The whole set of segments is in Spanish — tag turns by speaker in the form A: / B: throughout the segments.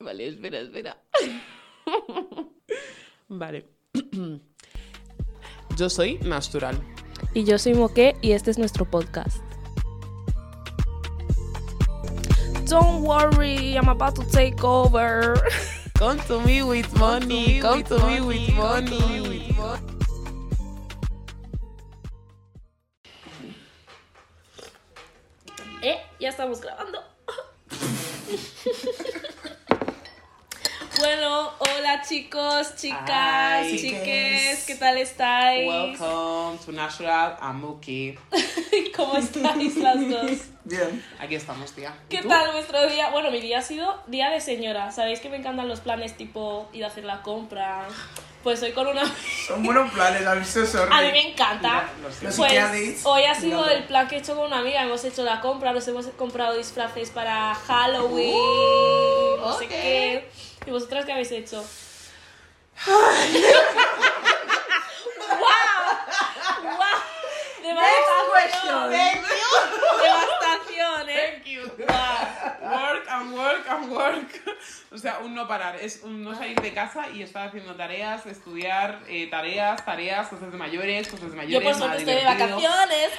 A: vale, espera, espera.
B: Vale. Yo soy Mastural.
C: Y yo soy Moque y este es nuestro podcast. Don't worry, I'm about to take over.
B: Come to me with money, come to me with money.
C: Eh, ya estamos grabando. bueno, hola chicos, chicas,
B: Hi,
C: chiques,
B: chiques.
C: ¿qué tal estáis?
B: Welcome to Natural Amuki.
C: ¿Cómo estáis las dos?
B: Bien. Aquí estamos, tía. ¿Y
C: ¿Qué
B: tú?
C: tal vuestro día? Bueno, mi día ha sido día de señora. Sabéis que me encantan los planes tipo ir a hacer la compra. Pues hoy con una...
D: Son buenos planes, a mí se sorry.
C: A mí me encanta.
B: Mira, lo sé.
D: Los
C: Pues
D: psiquiadris,
C: hoy ha sido
D: míralo.
C: el plan que he hecho con una amiga. Hemos hecho la compra, nos hemos comprado disfraces para Halloween. no sé
A: ok.
C: qué. ¿Y vosotras qué habéis hecho? ¡Wow! ¡Wow! ¡Devastación! ¡Devastación, eh!
B: Thank you. Work and work and work. O sea, un no parar. Es un no salir de casa y estar haciendo tareas, estudiar eh, tareas, tareas, cosas de mayores, cosas de
C: Yo
B: mayores.
C: por suerte
B: nada
C: estoy de
B: divertido.
C: vacaciones.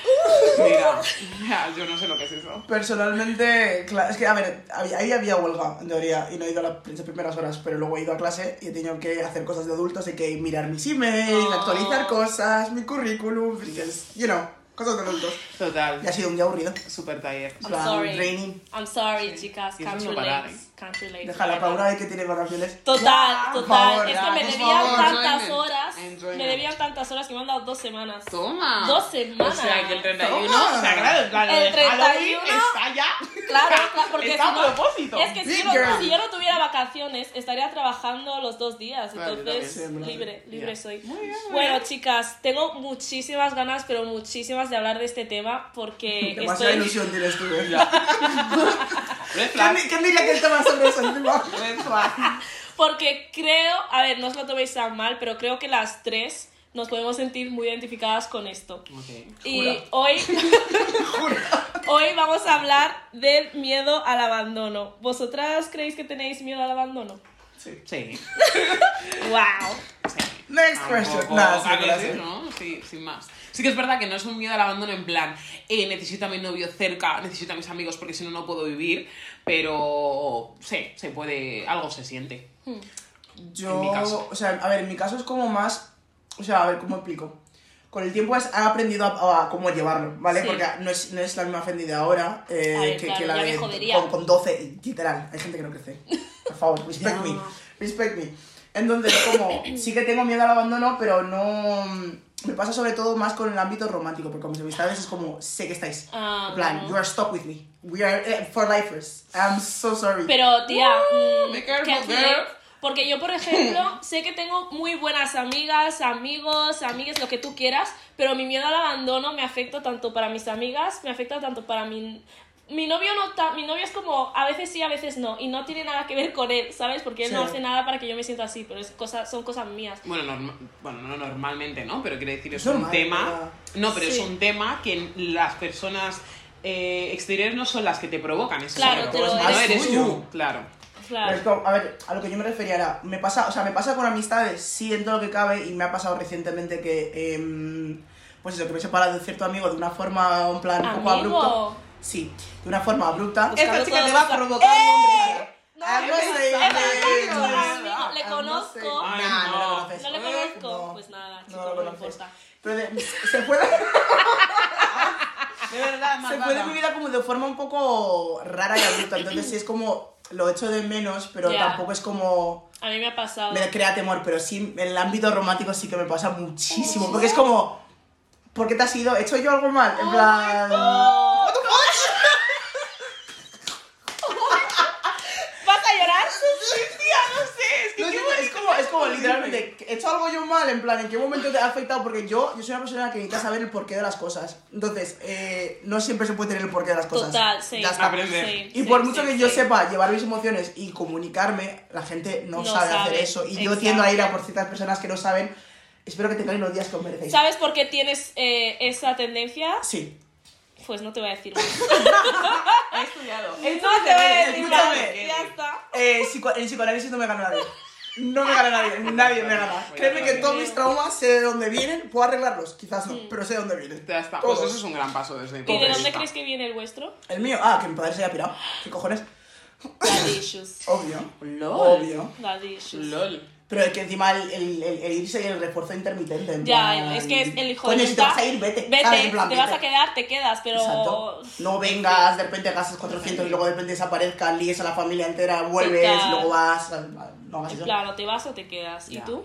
B: Mira, ya, yo no sé lo que es eso.
D: Personalmente, cla- es que, a ver, había- ahí había huelga, en teoría, y no he ido a las prim- primeras horas, pero luego he ido a clase y he tenido que hacer cosas de adultos, hay que mirar mis emails,
C: Oh.
D: actualizar cosas, mi currículum, because, you know, cosas de adultos.
B: Total.
D: Y ha sido un día aburrido.
B: Super taller.
C: I'm
D: Plan
C: sorry.
D: draining.
C: I'm sorry, chicas.
B: Y eso
C: Can't
B: es no
C: relate.
B: parar, ¿eh?
C: Can't relate.
D: Déjala, Paula, hay que tiene vacaciones.
C: Total,
D: Por
C: total.
D: favor,
C: Es que me
D: por
C: debían
D: favor.
C: tantas
B: enjoyment,
C: horas. Me
B: enjoyment.
C: debían tantas horas que me han dado dos semanas.
B: Toma.
C: Dos semanas.
B: O sea, que el 31
D: Toma.
B: se agrada el plan.
C: El
B: de Halloween
C: 31
B: está ya.
C: Claro, claro, porque
B: está
C: si no-
B: a propósito.
C: Es que si yo,
D: Big
C: no,
D: girl.
C: si yo no tuviera vacaciones, estaría trabajando los dos días.
B: Claro,
C: Entonces,
D: yo también.
C: libre, libre
B: Ya.
C: soy.
B: Muy bien, muy
C: bueno, chicas, tengo muchísimas ganas, pero muchísimas de hablar de este tema porque
D: Demasiada
C: estoy.
D: ilusión tienes tú, ¿eh?
B: Red flag.
D: ¿Quién, quién diría que estaba sobre eso encima?
B: Red flag.
C: Porque creo, a ver, no os lo toméis tan mal, pero creo que las tres nos podemos sentir muy identificadas con esto.
B: Ok.
C: Y hoy, hoy vamos a hablar del miedo al abandono. ¿Vosotras creéis que tenéis miedo al abandono?
D: Sí.
B: Sí.
C: ¡Wow!
D: Next question.
B: Tampoco,
D: Nada, sí,
B: a
D: me la
B: veces,
D: sé.
B: ¿no? Sí, sin más. Sí que es verdad que no es un miedo al abandono en plan, eh, necesito a mi novio cerca, necesito a mis amigos porque si no, no puedo vivir, pero sí, se puede, algo se siente.
D: Yo,
B: En mi caso.
D: o sea, a ver, en mi caso es como más, o sea, a ver, ¿cómo explico? Con el tiempo has- he aprendido a, a cómo llevarlo, ¿vale?
C: Sí.
D: Porque no es, no es la misma Fendi de ahora eh,
C: A ver,
D: que,
C: claro,
D: que la
C: ya me
D: de
C: jodería.
D: con, con 12, y literal, hay gente que no crece. Por favor, respect me, respect me. Entonces, como, sí que tengo miedo al abandono, pero no... Me pasa sobre todo más con el ámbito romántico, porque con mis amistades es como, sé que estáis.
C: Ah,
D: En plan,
C: no.
D: you are stuck with me. We are eh, for lifers. I'm so sorry.
C: Pero tía, mm,
B: be careful,
C: can't
B: girl.
C: relate. porque yo por ejemplo sé que tengo muy buenas amigas, amigos, amigues, lo que tú quieras, pero mi miedo al abandono me afecta tanto para mis amigas, me afecta tanto para mi mi novio no ta- mi novio es como a veces sí, a veces no y no tiene nada que ver con él, ¿sabes? Porque él no
D: Sí.
C: hace nada para que yo me sienta así, pero es cosa, son cosas mías.
B: Bueno, norma- bueno, no normalmente, ¿no? Pero quiere decir, es,
D: Es
B: un
D: normal,
B: tema. No, pero
C: Sí.
B: es un tema que las personas eh, exteriores no son las que te provocan. Eso
C: Claro,
B: es
C: te lo
B: otro.
C: eres
B: no eres
D: tú.
B: tú. Claro.
C: Claro.
D: Pero es como, a ver, a lo que yo me refería era, me pasa, o sea, me pasa con amistades, sí, en todo lo que cabe, y me ha pasado recientemente que, em, pues eso, que me he separado de cierto amigo de una forma, un plan, un poco abrupta.
C: Amigo.
D: Sí, de una forma abrupta.
C: Buscando
B: Esta chica
C: todos
B: te va
C: los-
B: a provocar un hombre.
C: Eh, No,
D: Ah, no
C: es-
D: sé,
C: es
D: no,
C: amigo,
D: no,
C: amigo, le
D: ah, no sé.
C: conozco.
B: Ay,
D: Nah,
B: no.
D: lo conoces.
C: No le
D: Eh,
C: conozco,
D: no.
C: pues nada,
D: No
C: chico,
D: lo
C: no, me
D: conoces.
C: importa.
D: Pero de- se puede,
B: De verdad,
D: se
B: malvada.
D: puede vivir como de forma un poco rara y abrupta, entonces sí es como, lo echo de menos, pero
C: Ya.
D: tampoco es como...
C: A mí me ha pasado.
D: me crea temor, pero sí, en el ámbito romántico sí que me pasa muchísimo. Porque es como, ¿por qué te has ido? ¿He hecho yo algo mal? En plan.
C: Oh. ¿Vas a llorar?
B: Es que
D: No,
B: qué
D: es- es,
B: bonito
D: como, es como
B: sentirme.
D: literalmente, ¿he hecho algo yo mal? En plan, ¿en qué momento te ha afectado? Porque yo, yo soy una persona que necesita saber el porqué de las cosas. Entonces, eh, no siempre se puede tener el porqué de las cosas.
C: Total, sí.
D: Ya está.
B: Aprender.
C: Sí, sí,
D: Y por mucho
C: sí,
D: que yo
C: sí.
D: sepa llevar mis emociones y comunicarme, la gente no,
C: No
D: sabe, hacer
C: sabe,
D: eso. Y yo tiendo a
C: exacto.
D: ir a por ciertas personas que no saben. Espero que tengáis los días que os merecéis.
C: ¿Sabes por qué tienes eh, esa tendencia?
D: Sí.
C: Pues no te voy a decir. más.
B: He estudiado.
C: no te voy a decir. más.
D: escúchame.
C: Ya está.
D: eh, psico- en psicoanálisis no me gana nadie. No me gana nadie, nadie me gana. Créeme que todos mis traumas sé de dónde vienen, puedo arreglarlos, quizás no, pero sé de dónde vienen.
B: Ya está. Pues
D: Todos.
B: eso es un gran paso desde mi
C: ¿Y
B: punto
C: de
B: de
C: dónde
B: vista.
C: crees que viene el vuestro?
D: El mío, ah, que mi padre se haya pirado. ¿Qué cojones?
C: Daddy issues.
D: Obvio.
B: Lol.
D: Obvio.
C: Daddy issues.
B: LOL.
D: Pero es que encima el, el, el- el irse y el refuerzo intermitente. en plan,
C: Ya, es que es el hijo
D: Coño,
C: de
D: si te
C: puta,
D: vas a ir, vete.
C: Vete,
D: ¿sabes? En
C: si
D: plan,
C: te vas a
D: vete.
C: quedar, te quedas, pero...
D: Exacto. No vengas, de repente gastas 400 y luego de repente desaparezcas, líes a la familia entera, vuelves,
C: Total.
D: luego vas. ah, No hagas
C: En
D: eso.
C: plan, o te vas o te quedas. ¿Y
D: Ya.
C: tú?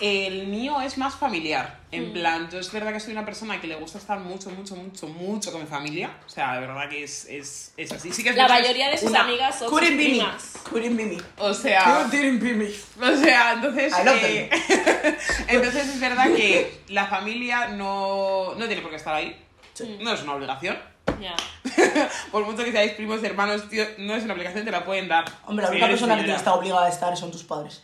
B: El mío es más familiar. En
C: Mm.
B: plan, yo es verdad que soy una persona que le gusta estar mucho, mucho, mucho, mucho con mi familia. O sea, de verdad que es, es, es así. Sí que es
C: La
B: verdad que
C: mayoría de
B: es
C: sus
B: una-
C: amigas son sus
D: Couldn't be me.
C: primas.
D: Couldn't be me.
B: O sea,
D: Couldn't be me.
B: o sea, entonces.
D: I love
B: eh, entonces es verdad que la familia no, no tiene por qué estar ahí.
D: Sí.
B: No es una obligación.
C: Ya.
B: Por mucho que seáis primos, hermanos, tío, no es una obligación, te la pueden dar.
D: Hombre, la
B: Si
D: única
B: eres
D: persona que te
B: viuda.
D: está obligada a estar son tus padres.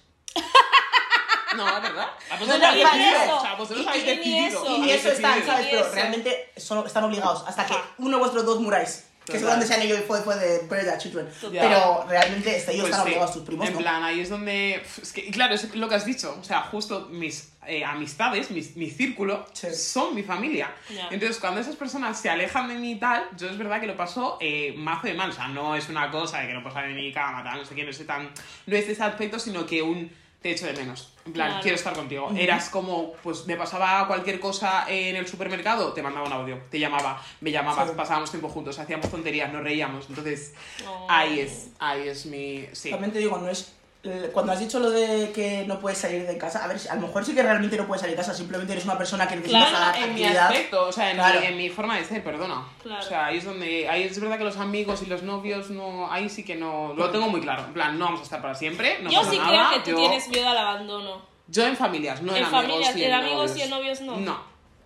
B: No, es verdad. A
D: No,
B: vosotros
D: no,
B: habéis
D: y ni
B: decidido.
D: eso.
B: O sea, vosotros
C: Y-
B: habéis
C: y ni
B: decidido.
C: eso.
B: habéis
D: Y ni eso están,
B: decidido.
D: ¿sabes?
C: Y
D: Pero
C: eso.
D: realmente son- están obligados hasta que
C: Ajá.
D: uno de vuestros dos muráis. Que
B: Total.
D: seguramente sean ellos y fue, fue de Predator Children.
B: Ya.
D: Pero realmente este, ellos
B: Pues
D: están
B: sí,
D: obligados, tus primos
B: En
D: no.
B: plan, ahí es donde. pf, Es que, y claro, es lo que has dicho. O sea, justo mis eh, amistades, mis, mi círculo,
D: Sí.
B: son mi familia.
C: Ya.
B: Entonces, cuando esas personas se alejan de mí y tal, yo es verdad que lo paso eh, mazo de mal. O sea, no es una cosa de que no puedo salir de mi cama, tal, no sé qué, no sé tan. No es ese aspecto, sino que un. Te echo de menos. En plan,
C: Claro.
B: quiero estar contigo. Eras como, pues me pasaba cualquier cosa en el supermercado, te mandaba un audio, te llamaba, me llamabas,
D: Sí.
B: pasábamos tiempo juntos, hacíamos tonterías, nos reíamos. Entonces,
C: No.
B: Ahí es, ahí es mi. Sí.
D: También te digo, no es. eh, Cuando has dicho lo de que no puedes salir de casa, a ver, a lo mejor sí que realmente no puedes salir de casa, simplemente eres una persona que necesita
C: Claro,
D: esa
B: En mi
D: actividad.
B: aspecto, o sea, en,
D: Claro.
B: mi, en mi forma de ser, perdona.
C: Claro.
B: O sea, ahí es donde. Ahí es verdad que los amigos y los novios no. Ahí sí que no. Lo tengo muy claro. En plan, no vamos a estar para siempre. No
C: Yo
B: pasa
C: sí
B: nada,
C: creo que tú
B: yo,
C: tienes miedo al abandono.
B: Yo en familias, no en,
C: En
B: amigos.
C: familias,
B: y
C: en amigos y en novios no.
B: No,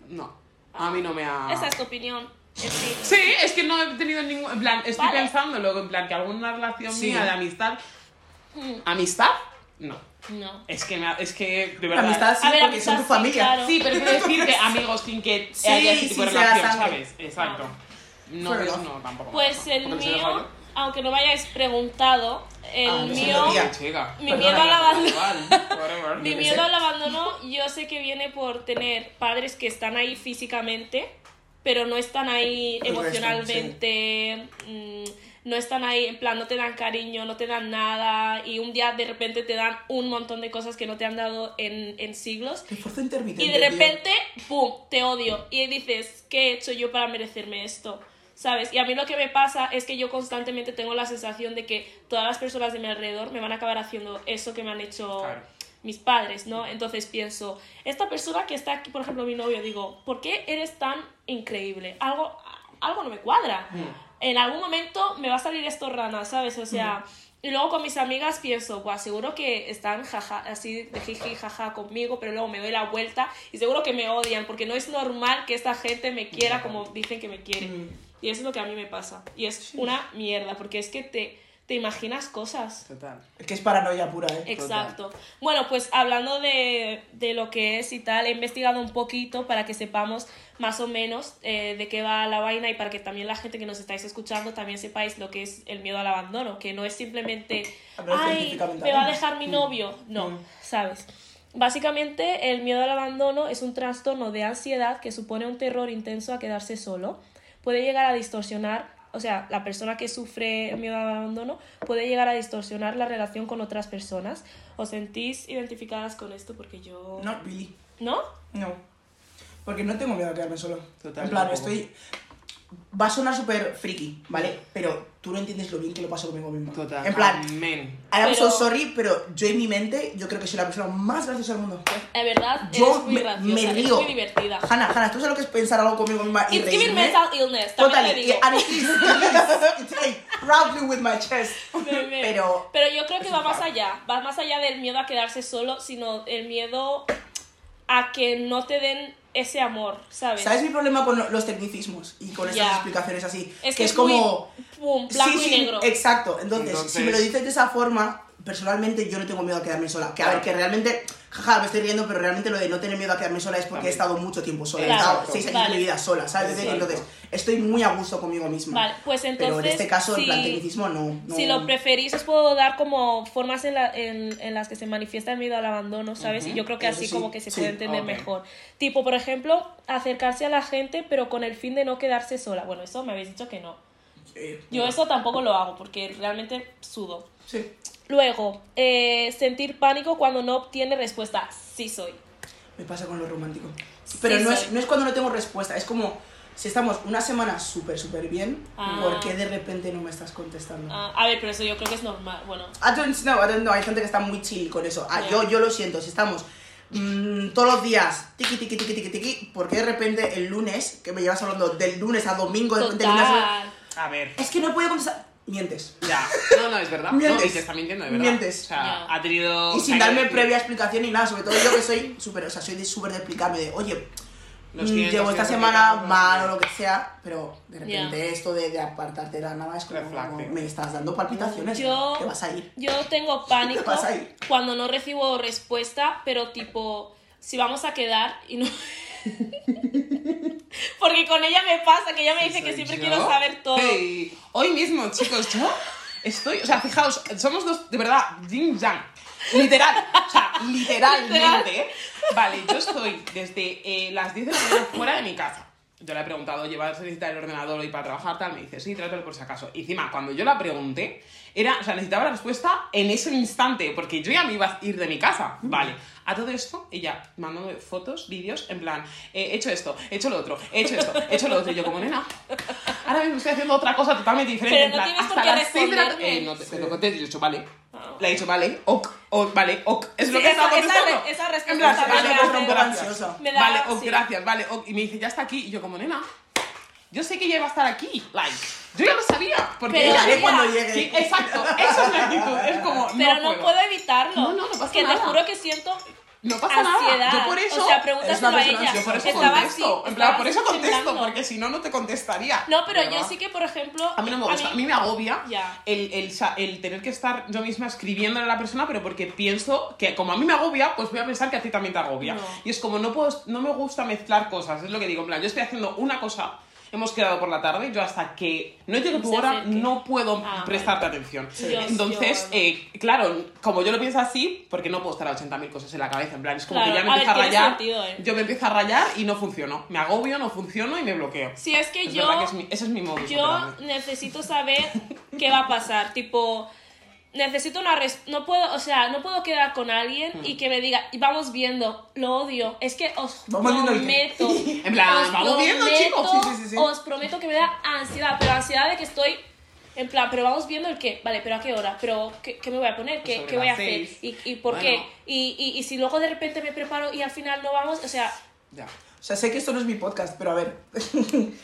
B: no. A mí no me ha.
C: Esa es tu opinión. En fin.
B: Sí, es que no he tenido ningún. En plan, estoy
C: Vale.
B: pensando luego, en plan, que alguna relación
D: Sí.
B: mía de amistad.
C: Mm,
B: ¿Amistad? No.
C: No.
B: Es que, me ha- es que, de
D: La
B: verdad.
D: amistad sí,
C: A ver,
D: porque son tu
C: amistad sí,
D: familia.
C: claro.
B: Sí, pero quiero decir que amigos sin que
D: Sí,
B: haya ese tipo de
D: sin ser la
B: relación,
D: sangre.
B: ¿sabes? Exacto. No,
D: Fair
B: eso
D: enough.
B: no, tampoco.
C: Pues el
B: Porque soy
C: mío,
B: fallo.
C: aunque no me hayáis preguntado, el
D: Ah, no sé,
C: mío...
D: tía.
B: Chica.
C: mi miedo al abandono-
B: Igual, whatever.
C: Mi
D: Yo qué
C: miedo
D: sé.
C: al abandono yo sé que viene por tener padres que están ahí físicamente, pero no están ahí
D: El resto,
C: emocionalmente, mm, no están ahí, en plan, no te dan cariño, no te dan nada, y un día de repente te dan un montón de cosas que no te han dado en, en siglos,
D: Esfuerzo intermitente.
C: y de
D: tío.
C: repente, ¡pum!, te odio, y dices, ¿qué he hecho yo para merecerme esto? ¿Sabes? Y a mí lo que me pasa es que yo constantemente tengo la sensación de que todas las personas de mi alrededor me van a acabar haciendo eso que me han hecho
B: Claro.
C: mis padres, ¿no? Entonces pienso, esta persona que está aquí, por ejemplo, mi novio, digo, ¿por qué eres tan increíble? Algo, algo no me cuadra. En algún momento me va a salir esto rana, ¿sabes? O sea, y luego con mis amigas pienso, pues seguro que están jaja, así de jiji, jaja conmigo, pero luego me doy la vuelta y seguro que me odian, porque no es normal que esta gente me quiera como dicen que me quiere.
D: Mm.
C: Y eso es lo que a mí me pasa. Y es una mierda, porque es que te, te imaginas cosas.
B: Total.
D: Es que es paranoia pura, ¿eh?
C: Exacto. Bueno, pues hablando de, de lo que es y tal, he investigado un poquito para que sepamos más o menos eh, de qué va la vaina y para que también la gente que nos estáis escuchando también sepáis lo que es el miedo al abandono, que no es simplemente,
D: Hablar
C: ay,
D: científicamente
C: me va a
D: hablando".
C: dejar mi novio. No, ¿sabes? Básicamente, el miedo al abandono es un trastorno de ansiedad que supone un terror intenso a quedarse solo. Puede llegar a distorsionar, o sea, la persona que sufre miedo al abandono puede llegar a distorsionar la relación con otras personas. ¿Os sentís identificadas con esto? Porque yo...
D: Not really.
C: ¿No?
D: No. Porque no tengo miedo a quedarme solo.
B: Total,
D: en plan,
B: tampoco.
D: estoy. Va a sonar súper friki, ¿vale? Pero tú no entiendes lo bien que lo paso conmigo mismo.
B: Total.
D: En plan,
B: Amén.
D: I'm so
C: Pero-
D: sorry, pero yo en mi mente, yo creo que soy la persona más graciosa del mundo.
C: Es verdad,
D: Yo
C: eres muy
D: me-
C: graciosa,
D: me
C: eres
D: río.
C: muy divertida.
D: Hanna, Hanna, ¿tú sabes lo que es pensar algo conmigo misma y
C: It's giving
D: reírme?
C: mental illness, también
D: Totally,
C: te digo.
D: and it is, it is, it's like proudly with my chest.
C: Bebé.
D: Pero-
C: Pero yo creo que
D: es
C: va
D: un
C: más
D: fact.
C: allá. Va más allá del miedo a quedarse solo, sino el miedo a que no te den ese amor, ¿sabes?
D: ¿Sabes mi problema con lo- los tecnicismos y con
C: Ya.
D: estas explicaciones así?
C: Es que,
D: que es
C: muy,
D: como...
C: pum, blanco
D: Sí,
C: y
D: sí,
C: negro.
D: Exacto. Entonces, si me lo
B: Entonces-
D: dices de esa forma, personalmente yo no tengo miedo a quedarme sola. Que a ver, que realmente, jaja, me estoy riendo, pero realmente lo de no tener miedo a quedarme sola es porque he
B: También.
D: estado mucho tiempo sola. He
C: Claro,
D: estado seis años
C: vale.
D: de mi vida sola, ¿sabes?
B: Exacto.
D: Entonces, estoy muy a gusto conmigo misma.
C: Vale, pues
D: pero en
C: entonces,
D: este caso,
C: si-
D: el plantecnicismo no, no.
C: Si lo preferís, os puedo dar como formas en, la- en- en las que se manifiesta el miedo al abandono, ¿sabes? Y yo creo que
D: Eso
C: así
D: sí.
C: como que se
D: Sí,
C: puede entender
B: ok.
C: mejor. Tipo, por ejemplo, acercarse a la gente, pero con el fin de no quedarse sola. Bueno, eso me habéis dicho que no.
D: Eh,
C: Yo eso tampoco lo hago porque realmente sudo.
D: Sí.
C: Luego, eh, sentir pánico cuando no obtiene respuesta. Sí soy.
D: Me pasa con lo romántico. Pero
C: Sí,
D: no,
C: soy.
D: es, no es cuando no tengo respuesta, es como si estamos una semana súper, súper bien,
C: Ah.
D: ¿por qué de repente no me estás contestando?
C: Ah, a ver, pero eso yo creo que es normal. Bueno,
D: I don't know, I don't know. Hay gente que está muy chill con eso. Ah,
C: Ya.
D: yo, yo lo siento, si estamos mm, todos los días, tiki, tiki, tiki, tiki, tiki, ¿por qué de repente el lunes, que me llevas hablando del lunes a domingo, de repente el lunes a-
C: total.
B: A ver.
D: es que no puedo contestar? Mientes.
B: Ya. No, no, es verdad.
D: Mientes.
B: No, y te está mintiendo, de verdad.
D: Mientes.
B: O sea,
C: Ya.
B: ha
C: Oh,
B: tenido.
D: Y sin
B: hay que
D: darme
B: decir,
D: previa explicación ni nada, sobre todo yo que soy súper, o sea, soy de súper de explicarme de, oye,
B: lo
D: mm,
B: siento,
D: llevo
B: lo
D: esta
B: siento,
D: semana
B: lo siento.
D: mal o lo que sea, pero de
C: Ya.
D: repente esto de, de apartarte de la nada es como,
B: Reflacting.
D: me estás dando palpitaciones,
C: Yo-
D: te vas a ir.
C: Yo tengo pánico
D: Te vas a ir.
C: cuando no recibo respuesta, pero tipo, si vamos a quedar y no... Porque con ella me pasa, que ella me dice que
B: ¿Soy
C: siempre
B: yo?
C: quiero saber todo.
B: Ey, hoy mismo, chicos, yo estoy. O sea, fijaos, somos dos, de verdad, yin yang. Literal, o sea, literalmente. ¿eh? Vale, yo estoy desde eh, las 10 de la mañana fuera de mi casa. Yo le he preguntado, ¿llevas a necesitar el ordenador hoy para trabajar? Tal, me dice, sí, trátalo por si acaso. Y encima, cuando yo la pregunté, era, o sea, necesitaba la respuesta en ese instante, porque yo ya me iba a ir de mi casa. Vale, a todo esto, ella mandándome fotos, vídeos, en plan, eh, he hecho esto, he hecho lo otro, he hecho esto, he hecho lo otro. Y yo, como nena, ahora mismo estoy haciendo otra cosa totalmente diferente.
C: Pero
B: en
C: no
B: plan,
C: tienes por
B: hasta
C: qué
B: las seis de la-
C: responderme.
B: Eh, no, te, te lo conté, yo he dicho, vale.
C: Ah.
B: Le he dicho, vale, ok, ok, vale, ok. Es lo
C: Sí,
B: que
C: esa-
B: estaba
C: esa
B: contestando.
C: re- esa respuesta
B: En plan,
C: también
B: vale,
C: me
B: ok,
C: hace-
D: un poco
B: gracias.
D: ansiosa.
C: Me da-
B: Vale, ok,
C: sí.
B: gracias, vale, ok. Y me dice, ya está aquí. Y yo, como nena, yo sé que ella iba a estar aquí. Like, yo ya lo sabía. Porque
C: Pero
B: ella-
C: haré cuando
D: llegue.
B: Sí, exacto. Esa es la actitud. Es como,
C: Pero
B: no,
C: no, puedo. evitarlo.
B: No, no, no pasa
C: que
B: nada.
C: te juro que siento
B: No pasa
C: ansiedad.
B: nada. Yo por eso.
C: o sea,
D: eres una
C: pregúntaselo a
D: persona
C: ella.
D: ansiosa.
B: yo por eso
C: Estaba así,
B: contesto. en plan,
C: estaba
B: por eso
C: así
B: contesto,
C: temblando.
B: porque si no, no te contestaría.
C: No, pero
B: ¿Verdad?
C: yo sí que, por ejemplo...
B: A mí no me gusta, a mí, me agobia
C: Ya.
B: el, el sa- el tener que estar yo misma escribiéndole a la persona, pero porque pienso que como a mí me agobia, pues voy a pensar que a ti también te agobia.
C: No.
B: Y es como no puedo, no me gusta mezclar cosas, es lo que digo, en plan, yo estoy haciendo una cosa, hemos quedado por la tarde, yo hasta que no llegue tu
C: Se
B: hora
C: acerque.
B: no puedo
C: Ah,
B: prestarte atención.
C: Yo-
B: Entonces,
C: yo-
B: eh, claro, como yo lo pienso así, porque no puedo estar a 80.000 cosas en la cabeza, en plan, es como
C: Claro,
B: que ya me
C: a ver,
B: empieza a
C: tiene
B: rayar,
C: sentido, ¿eh?
B: yo me empiezo a rayar y no funciono, me agobio, no funciono y me bloqueo.
C: Si es que
B: Es
C: yo...
B: verdad que es mi- ese es mi modus
C: Yo
B: operandi.
C: necesito saber qué va a pasar. Tipo, necesito una res- no puedo, o sea, no puedo quedar con alguien y que me diga, "Y vamos viendo, lo odio. Es que os
D: Vamos viendo el qué.
C: prometo.
B: En plan,
C: os
B: vamos viendo, chicos.
D: Sí, sí, sí, sí.
C: Os prometo que me da ansiedad, pero ansiedad de que estoy. En plan, pero vamos viendo el qué. Vale, pero a qué hora, pero qué, qué me voy a poner,
B: Pues
C: qué,
B: sobre
C: qué voy a
B: las
C: hacer
B: seis.
C: y, y por
B: Bueno.
C: qué. Y, y, y si luego de repente me preparo y al final no vamos, o sea,
B: Ya.
D: O sea, sé que esto no es mi podcast, pero a ver.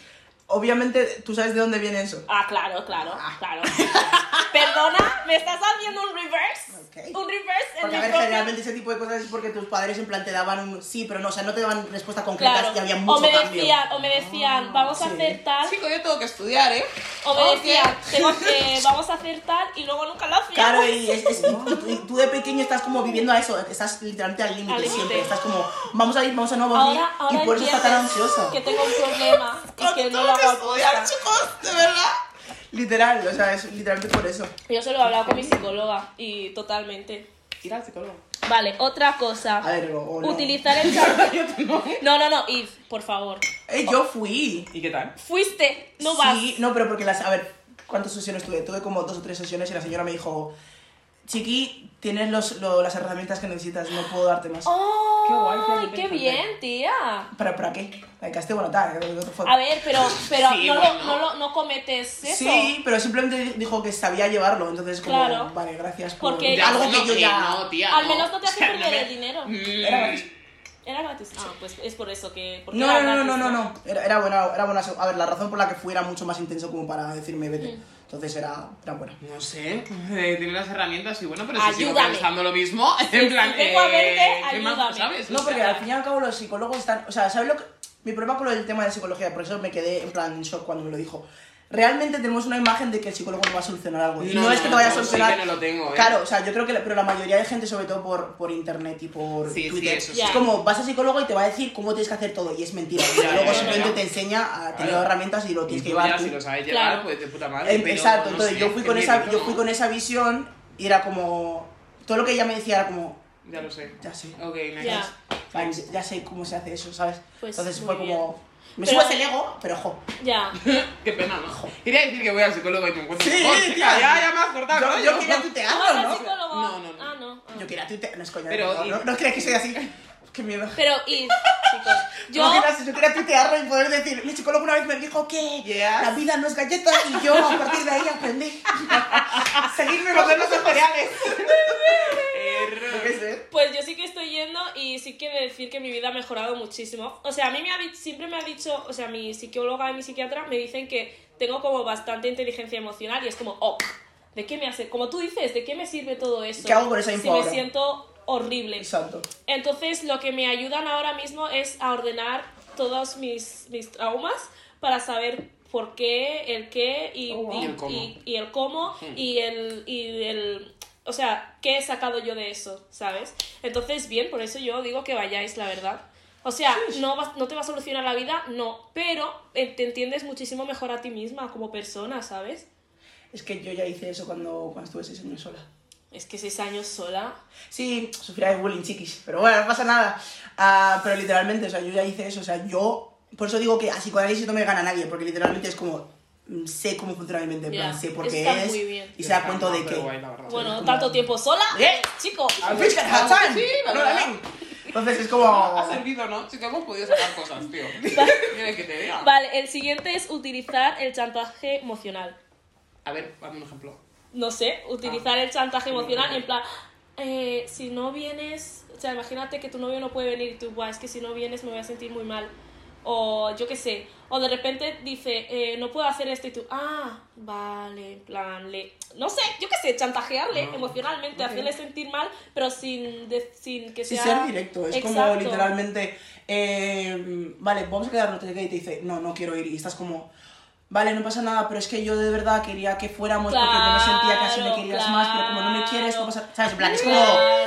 D: Obviamente, tú sabes de dónde viene eso.
C: Ah, claro, claro,
D: Ah.
C: claro. Perdona, me estás haciendo un reverse.
D: Ok.
C: Un reverse en
D: Porque,
C: mi
D: a ver,
C: propio-
D: generalmente ese tipo de cosas es porque tus padres en plan te daban un sí, pero no, o sea, no te daban respuestas concretas
C: Claro.
D: y había
C: o
D: mucho
C: me
D: cambio. Ah,
C: decían, o me decían, vamos a
D: sí.
C: hacer tal,
B: Chico, yo tengo que estudiar, ¿eh?
C: o me
B: Ok.
C: decían, tengo que, vamos a hacer tal y luego nunca lo hacíamos.
D: Claro, y, es- es- y tú- y tú de pequeño estás como viviendo a eso, estás literalmente al
C: Al
D: límite
C: límite.
D: siempre, estás como, vamos a ir, vamos a no, vamos
C: ahora,
D: a ir,
C: ahora
D: y por eso está tan
C: entiendes
D: ansiosa.
C: Que tengo un problema y que no lo
D: Tengo que
C: hago a
D: estudiar,
C: posta.
D: chicos, de verdad. Literal, o sea, es literalmente por eso.
C: Yo se lo he hablado con mi psicóloga y totalmente.
B: Ir al psicólogo.
C: Vale, otra cosa.
D: A ver, o, o no.
C: Utilizar el chat. No, no, no, Yves, por favor.
D: Eh, yo fui.
B: ¿Y qué tal?
C: Fuiste, no vas.
D: Sí, no, pero porque las. A ver, ¿cuántas sesiones tuve? Tuve como dos o tres sesiones y la señora me dijo: Chiqui, tienes los, lo- las herramientas que necesitas, no puedo darte más.
C: ¡Oh!
B: Qué
C: ¡Qué,
B: guay, qué bien pensado.
C: bien, tía!
D: ¿Para, ¿Para qué? La caste bueno, tal. what the fuck.
C: A ver, pero, pero
B: Sí,
C: no,
B: bueno.
C: lo, no, lo- no cometes eso.
D: Sí, pero simplemente dijo que sabía llevarlo, entonces, como,
C: Claro.
D: vale, gracias por.
C: Porque-
D: algo
B: bueno,
D: que yo
B: eh,
D: ya.
B: No, tía,
C: Al menos no te hace
B: no
C: perder
B: me-
C: el dinero.
B: Mm,
D: Era gratis.
C: Era gratis. Ah, pues es por eso que. porque
D: No,
C: era
D: no, no, no,
C: gratis,
D: no, no. Era, era buena, era buena. A ver, la razón por la que fui era mucho más intenso como para decirme vete. Entonces era, era buena.
B: No sé, eh, tiene las herramientas y bueno, pero si sigo
C: Ayúdame.
B: pensando lo mismo, en plan, eh,
C: si vengo a verte,
B: ¿qué más
C: ayúdame.
B: sabes?
D: No,
B: O
D: porque
B: sea,
D: al fin y al cabo los psicólogos están. O sea, ¿sabes lo que.? Mi problema con el tema de psicología, por eso me quedé en plan en shock cuando me lo dijo. realmente tenemos una imagen de que el psicólogo no va a solucionar algo. Y no,
B: No,
D: es que
B: no,
D: te vaya a
B: no, sí
D: solucionar.
B: que no lo tengo, ¿eh?
D: Claro, o sea, yo creo que, la- pero la mayoría de gente, sobre todo por, por internet y por
B: Sí, sí,
D: Twitter,
B: eso
C: sí.
D: es como vas al psicólogo y te va a decir cómo tienes que hacer todo. Y es mentira. El
B: ya,
D: psicólogo
B: ya,
D: simplemente
B: ya.
D: te enseña a tener
B: Claro.
D: herramientas y lo
B: Y
D: tienes que
B: tú
D: llevar.
B: ya,
D: tú.
B: si lo sabes llevar,
C: Claro.
B: pues de puta madre.
D: Em,
B: pero
D: Exacto,
B: no
D: entonces
B: sé,
D: yo fui
B: qué
D: con esa,
B: miedo,
D: yo
B: ¿no?
D: fui con esa visión y era como. Todo lo que ella me decía era como.
B: Ya lo sé.
D: Ya sé.
B: Ok, next.
C: Ya.
D: "Ay, Ya sé cómo se hace eso, ¿sabes?
C: Pues,
D: Entonces
C: muy
D: fue como. Me
C: Pero-
D: subas el ego, pero ojo.
C: Ya.
B: Qué pena, ¿no? Quería decir que voy al psicólogo y me encuentro
D: Sí,
B: mejor,
D: tía.
B: chica, Ya, ya me has cortado el
D: Yo,
B: rollo.
D: yo quería tutearlo,
C: ¿Tú vas al
D: ¿no?
C: psicólogo?
B: No, no, no.
C: Ah, no. Ah.
D: Yo quería tutearlo. No es coña.
B: Pero-
D: no, no, no crees que soy así. Qué miedo.
C: Pero ir, chicos. Yo.
D: Imaginas, yo quería tutearlo y poder decir, mi psicólogo una vez me dijo que
B: Yes.
D: la vida no es galleta y yo a partir de ahí aprendí.
B: Seguirme con los cereales.
D: Yo qué sé.
C: Pues yo sí que estoy yendo y sí que he de decir que mi vida ha mejorado muchísimo. O sea, a mí me ha di- siempre me ha dicho, o sea, mi psicóloga y mi psiquiatra me dicen que tengo como bastante inteligencia emocional y es como, oh, ¿de qué me hace? Como tú dices, ¿de qué me sirve todo eso?
D: ¿Qué hago con esa info
C: Si me
D: ahora?
C: siento horrible.
D: Exacto.
C: Entonces, lo que me ayudan ahora mismo es a ordenar todos mis, mis traumas para saber por qué, el qué y,
D: Oh, wow.
C: y,
B: Y el cómo.
C: y- y el cómo
B: Hmm.
C: y el, y el- O sea, qué he sacado yo de eso, ¿sabes? Entonces, bien, por eso yo digo que vayáis, la verdad. O sea, no, vas- no te va a solucionar la vida, no, pero eh, te entiendes muchísimo mejor a ti misma como persona, ¿sabes?
D: Es que yo ya hice eso cuando, cuando estuve seis años sola.
C: Es que seis años sola.
D: Sí, sufría de bullying chiquis, pero bueno, no pasa nada. Ah, pero literalmente, o sea, yo ya hice eso, o sea, yo... Por eso digo que a psicoanálisis no me gana nadie, porque literalmente es como... mm, Sé cómo funciona mi mente, en plan,
C: Ya,
D: sé por qué
C: está
D: es,
C: muy bien.
D: y se da cuenta de que...
B: Pero guay, la verdad.
C: Bueno, tanto tiempo sola,
D: ¿Eh?
C: chico.
B: Ah,
D: Bitch can have time,
B: Sí, la
D: you know what I
B: verdad.
D: mean? Entonces es como...
B: Ha servido, ¿no? Si que hemos podido sacar cosas, tío. Mira que te diga.
C: Vale, el siguiente es utilizar el chantaje emocional.
B: A ver, dame un ejemplo.
C: No sé, utilizar
D: Ah,
C: el chantaje emocional en plan, eh, si no vienes, o sea, imagínate que tu novio no puede venir y tú, "Buah, es que si no vienes me voy a sentir muy mal. O yo qué sé, o de repente dice, eh, no puedo hacer esto y tú, ah, vale, en plan, le... No sé, yo qué sé, chantajearle
B: Ah,
C: emocionalmente, hacerle sentir mal, pero sin, de- sin que
D: Sí,
C: sea...
D: ser directo, es como
C: Exacto.
D: literalmente, eh, vale, vamos a quedarnos, no sé qué, y te dice, no, no quiero ir, y estás como, vale, no pasa nada, pero es que yo de verdad quería que fuéramos porque yo me sentía que así me
C: Claro,
D: querías más, pero como no me quieres, no
C: claro.
D: pasa ¿sabes? En plan, es como,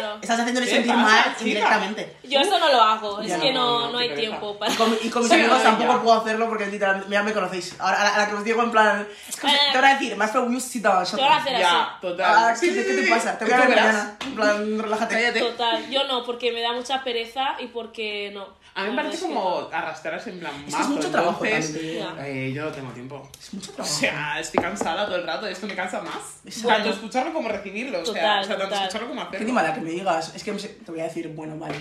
C: Claro.
D: estás haciéndole
B: ¿Qué
D: sentir
B: pasa,
D: mal
B: chica?
D: indirectamente.
C: Yo eso no lo hago, es
D: Ya
C: que
B: no,
C: no,
B: no,
C: no
B: qué
C: hay
B: pereza.
C: tiempo para...
D: Y con, y con mis
B: Sí,
D: amigos
B: ya.
D: tampoco puedo hacerlo porque literalmente, mira, me conocéis. Ahora, a la, a la que os digo en plan, es que te voy a decir, más pero you sit down, shut
C: Te voy a
D: up".
C: hacer
B: Ya,
C: así.
B: total.
D: Ah,
B: Sí,
D: ¿qué, te-
B: sí,
D: ¿Qué te
B: sí.
D: pasa? Te voy a
B: Tú
D: ver
B: verás.
D: mañana. En plan, relájate.
B: Cállate.
C: Total, yo no, porque me da mucha pereza y porque no.
B: A mí me
C: La
B: parece
C: verdad es que
B: como arrastrarse en plan
D: Es que es
B: mazo,
D: mucho trabajo
B: entonces,
D: también.
B: eh, yo no tengo tiempo.
D: Es mucho
B: O
D: trabajo.
B: sea, estoy cansada todo el rato, esto me cansa más.
D: Exacto.
B: Tanto escucharlo como recibirlo, o sea,
C: Total,
B: o sea tanto
C: total.
B: escucharlo como
D: Qué ni
B: hacerlo.
D: mala que me digas, es que me se- te voy a decir, bueno, vale.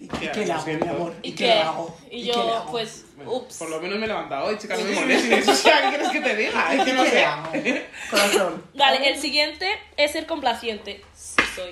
D: ¿Y y
B: Ya,
D: qué le
B: lo
D: hago,
B: siento.
D: mi amor?
C: ¿Y
D: qué
C: qué?
D: le hago?
C: Y
D: qué le
C: yo,
D: hago?
C: pues,
B: Bueno,
C: ups.
B: Por lo menos me he levantado hoy, chica, no me molestes. O sea, ¿qué quieres que te diga? Es que no
D: ¿Qué le
B: sé.
D: hago? Corazón.
C: Vale, el siguiente es ser complaciente. Sí, soy.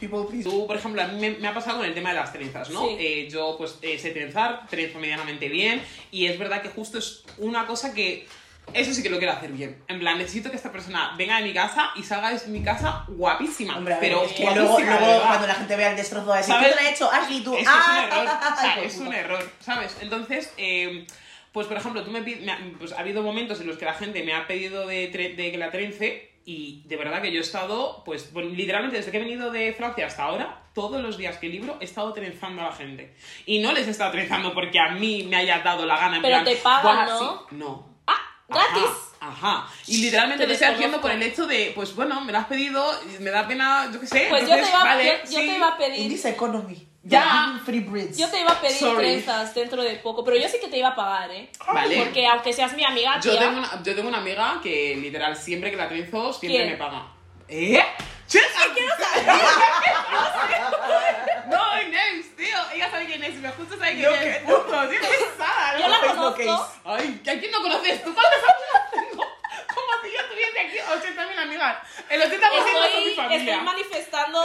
D: People please.
B: Tú, por ejemplo, a mí me, me ha pasado con el tema de las trenzas, ¿no?
C: Sí.
B: Eh, yo, pues, eh, sé trenzar, trenzo medianamente bien, y es verdad que justo es una cosa que. Eso sí que lo quiero hacer bien. En plan, necesito que esta persona venga de mi casa y salga de mi casa guapísima.
D: Hombre, a ver,
B: pero
D: es que
B: guapísima,
D: luego,
B: de
D: luego
B: verdad.
D: cuando la gente vea el destrozo va a decir, ¿qué
B: ¿Sabes?
D: te lo he hecho? Ashley, tú.
B: Es que es
D: ah,
B: un error.
D: ah, ah,
B: o sea,
D: hijo de
B: es un
D: puta.
B: error, ¿sabes? Entonces, eh, pues por ejemplo, tú me, pi- me ha- pues, ha habido momentos en los que la gente me ha pedido de, tre- de que la trence y de verdad que yo he estado, pues bueno, literalmente desde que he venido de Francia hasta ahora, todos los días que libro he estado trenzando a la gente. Y no les he estado trenzando porque a mí me haya dado la gana. En
C: Pero
B: plan,
C: te pagan,
B: "Guau,
C: ¿no?"
B: sí". No. Ajá,
C: ¡Ah! ¡Gratis!
B: Ajá. Y literalmente
C: Te
B: lo estoy haciendo
C: desconozco.
B: por el hecho de, pues bueno, me lo has pedido, y me da pena, yo qué sé.
C: Pues yo,
B: entonces,
C: te iba,
B: vale,
C: yo, yo
B: sí.
C: te iba a
D: In
C: pedir.
D: this economy.
B: Ya.
D: you're giving Free breeds.
C: Yo te iba a pedir
B: Sorry.
C: trenzas dentro de poco, pero yo sí que te iba a pagar, ¿eh?
B: Vale.
C: Porque aunque seas mi amiga,
B: Yo
C: Ah, tía,
B: tengo, una, yo tengo una amiga que literal siempre que la trenzo siempre
C: ¿Quién?
B: me paga. ¿Eh? ¡Chica! no, Inés, tío. Ella sabe quién es. Si me escuchas, sabe quién
D: Yo
B: es. Punto. Sí, es pesada,
C: yo
B: ¿no?
C: la
D: Facebook
C: conozco.
D: case.
B: Ay, ¿que ¿a quién no conoces? ¿Tú cuántas amigas tengo? Como si yo tuviese aquí 80.000 amigas. El 80% son mi
C: Estoy,
B: familia.
C: estoy manifestando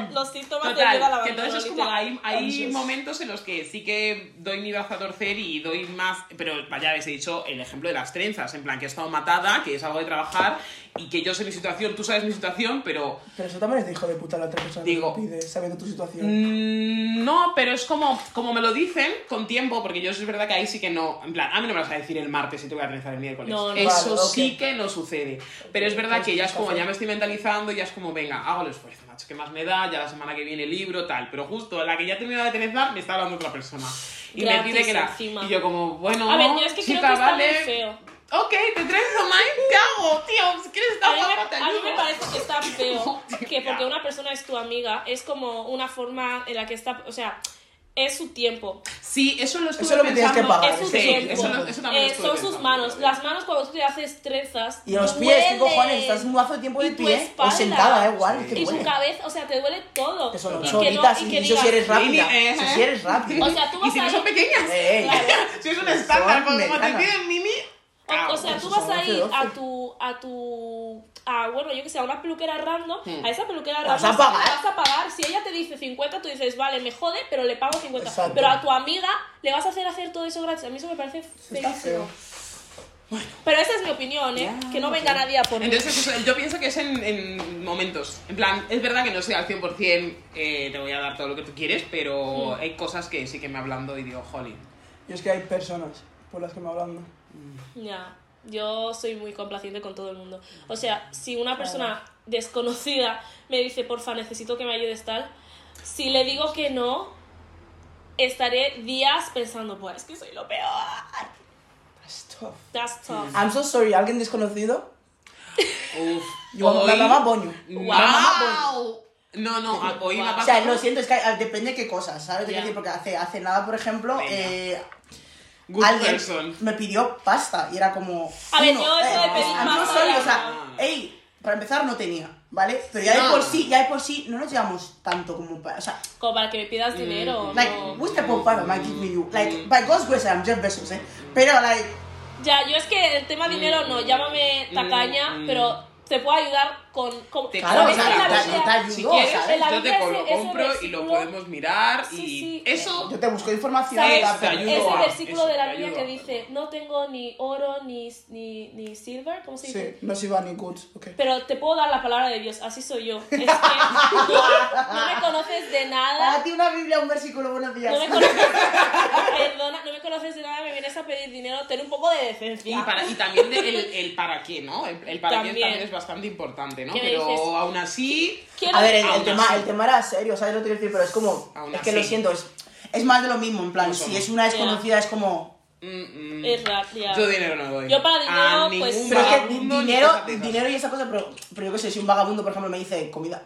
B: En fin.
C: los síntomas de ayuda a la
B: Total, que entonces es como hay, hay
D: Ansious.
B: momentos en los que sí que doy mi brazo a torcer y doy más, pero ya habéis dicho el ejemplo de las trenzas, en plan que he estado matada, que es algo de trabajar y que yo sé mi situación, tú sabes mi situación, pero
D: Pero eso también es de hijo de puta la otra persona
B: Digo-
D: que te pide, sabiendo tu situación.
B: Mm, No, pero es como, como me lo dicen con tiempo, porque yo es verdad que ahí sí que no. En plan, a mí no me vas a decir el martes y te voy a organizar el miércoles.
C: No, no.
B: Eso
D: Vale, ok.
B: sí que no sucede. Pero es verdad
D: Pues
B: que ya es como,
D: café.
B: ya me estoy mentalizando, ya es como, venga, hago el esfuerzo, macho, que más me da, ya la semana que viene libro, tal. Pero justo la que ya he terminado de tener me está hablando otra persona. Y me
C: Gratis
B: pide que la.
C: encima.
B: Y yo, como, bueno,
C: A ver,
B: no,
C: yo es que
B: chica,
C: creo que está
B: vale.
C: muy feo.
B: Ok, te traes online, ¿qué hago, tío? Si quieres
C: A
B: estar
C: mí,
B: guapa, te
C: me, a mí me
B: ayudo.
C: parece que está feo que porque
B: Ya.
C: una persona es tu amiga es como una forma en la que está, o sea, es su tiempo,
B: Sí, eso lo estuve
D: Eso es lo que tienes
B: pensando.
D: que pagar,
C: es su
D: eso
B: Ah, sí,
C: tiempo,
B: eso, lo- eso también
C: Eh,
B: lo estuve
C: son sus
B: pensando.
C: manos, las manos cuando tú te haces trenzas
D: Y los pies, ¿qué
C: duelen.
D: cojones? Estás un mazo de tiempo de
C: Y tu
D: pie. O
C: espalda.
D: sentada, da igual, que
C: y su
D: duele.
C: cabeza, o sea, te duele todo.
D: Que son
C: Y
D: ocho
C: que no-
D: horitas
C: y
D: y,
C: que
D: eso
C: digas,
D: si eres rápida.
B: Mini, eh,
D: Eso si eres rápida.
C: O sea, tú
B: Y
C: vas
B: si no
C: ahí-
B: son pequeñas.
D: Ey,
C: claro.
B: Si es un
D: Eh, Son
B: estándar, pues, como te
D: medianas.
B: piden mini.
C: O, o sea,
D: eso
C: tú vas
D: Ah, son
C: a
D: once,
C: ir a
D: doce.
C: tu, a tu, a, bueno, yo que sé, a una peluquera random,
B: Hmm.
C: a esa peluquera
D: ¿La
C: random
D: vas a
C: sí que la
D: pagar?
C: vas a pagar. Si ella te dice 50, tú dices, vale, me jode, pero le pago 50.
D: Exacto.
C: Pero a tu amiga le vas a hacer hacer todo eso gratis. A mí eso me parece
D: Está
C: feísimo.
D: feo.
C: Pero esa es mi opinión, ¿eh?
D: Ya,
C: que no venga nadie a por mí.
B: Entonces, eso, yo pienso que es en, en momentos. En plan, es verdad que no soy al 100%, eh, te voy a dar todo lo que tú quieres, pero
C: Mm.
B: hay cosas que sí que me hablando y digo, jolín.
D: Yo es que hay personas por las que me hablando.
C: Ya, yo soy muy complaciente con todo el mundo. O sea, si una persona desconocida me dice, porfa, necesito que me ayudes tal, si le digo que no, estaré días pensando, pues es que soy lo peor.
D: That's tough.
C: That's tough.
D: I'm so sorry, alguien desconocido.
B: Uf.
D: Yo, la mamá boño.
B: ¡Wow!
D: La mamá
B: No, no, a- hoy me ha
C: Wow.
D: O sea,
B: pasado.
D: lo siento, es que ah, depende de qué cosas, ¿sabes? Te quiero
C: Ya.
D: decir, porque hace, hace nada, por ejemplo,
B: Venga.
D: eh,
B: Good
D: alguien
B: person.
D: me pidió pasta y era como.
C: A ver,
D: uno,
C: yo eso de
D: eh,
C: pedir
D: I'm so
C: pasta,
D: sorry,
C: ya
D: o sea,
B: no.
D: ey, para empezar no tenía, ¿vale? Pero ya de
B: No.
D: por sí, ya de por sí, no nos llevamos tanto como para. O sea,
C: Como para que me pidas dinero.
D: like,
C: no. Mm.
D: we step on Father, might give me you. Like, by God's grace, I'm Jeff Bezos, ¿eh? Pero, like,
C: Ya, yo es que el tema dinero no, llámame tacaña,
B: Mm, mm.
C: pero te puedo ayudar con... con
B: Te
D: Claro,
C: con
D: o sea,
C: esa
D: te-
C: habilidad.
D: te- te ayudo,
B: si quieres,
D: ¿sabes?
B: yo te
C: La
B: col-
C: vida,
B: lo
C: ese- ese
B: compro y
C: versículo-
B: lo podemos mirar
C: Sí,
B: y
C: sí.
B: eso
D: yo te busco información.
C: ¿Sabes?
D: tal,
B: Te
D: pero-
B: ayudo
C: Ese
B: a-
C: versículo
B: ah, eso,
C: de la
B: te
C: Biblia
B: ayudo
C: que
B: a-
C: dice, no tengo ni oro ni, ni, ni silver, ¿cómo se dice?
D: Sí, no se iba ni goods, ok.
C: Pero te puedo dar la palabra de Dios, así soy yo. Es que no me conoces de
D: A
C: nada.
D: ti una Biblia, un versículo, buenos días.
C: No me conoces, perdona, no me conoces de nada, me vienes a pedir dinero, ten un poco de
B: Y,
C: decencia.
D: "Ah".
B: para, y también de- el, el para qué, ¿no? El, el para
C: También.
B: qué también es bastante importante, ¿no?
C: ¿Qué me
B: Pero
C: dices?
B: aún así...
C: Quiero-
D: A ver, el, el
B: Aún
D: tema,
B: así.
D: el tema era serio, ¿sabes lo que quiero decir? Pero es como,
B: Aún
D: es que lo
B: así.
D: siento, es, es más de lo mismo, en plan,
B: Mucho
D: si
B: más.
D: es una desconocida es como...
B: mm, mm,
C: Es raro, ya.
B: Yo dinero no doy.
C: Yo para dinero,
B: A ningún
C: pues,
D: Pero es que
B: vagabundo ni
D: dinero,
B: cosas de esas.
D: dinero y esa cosa, pero, pero yo qué sé, si un vagabundo, por ejemplo, me dice comida,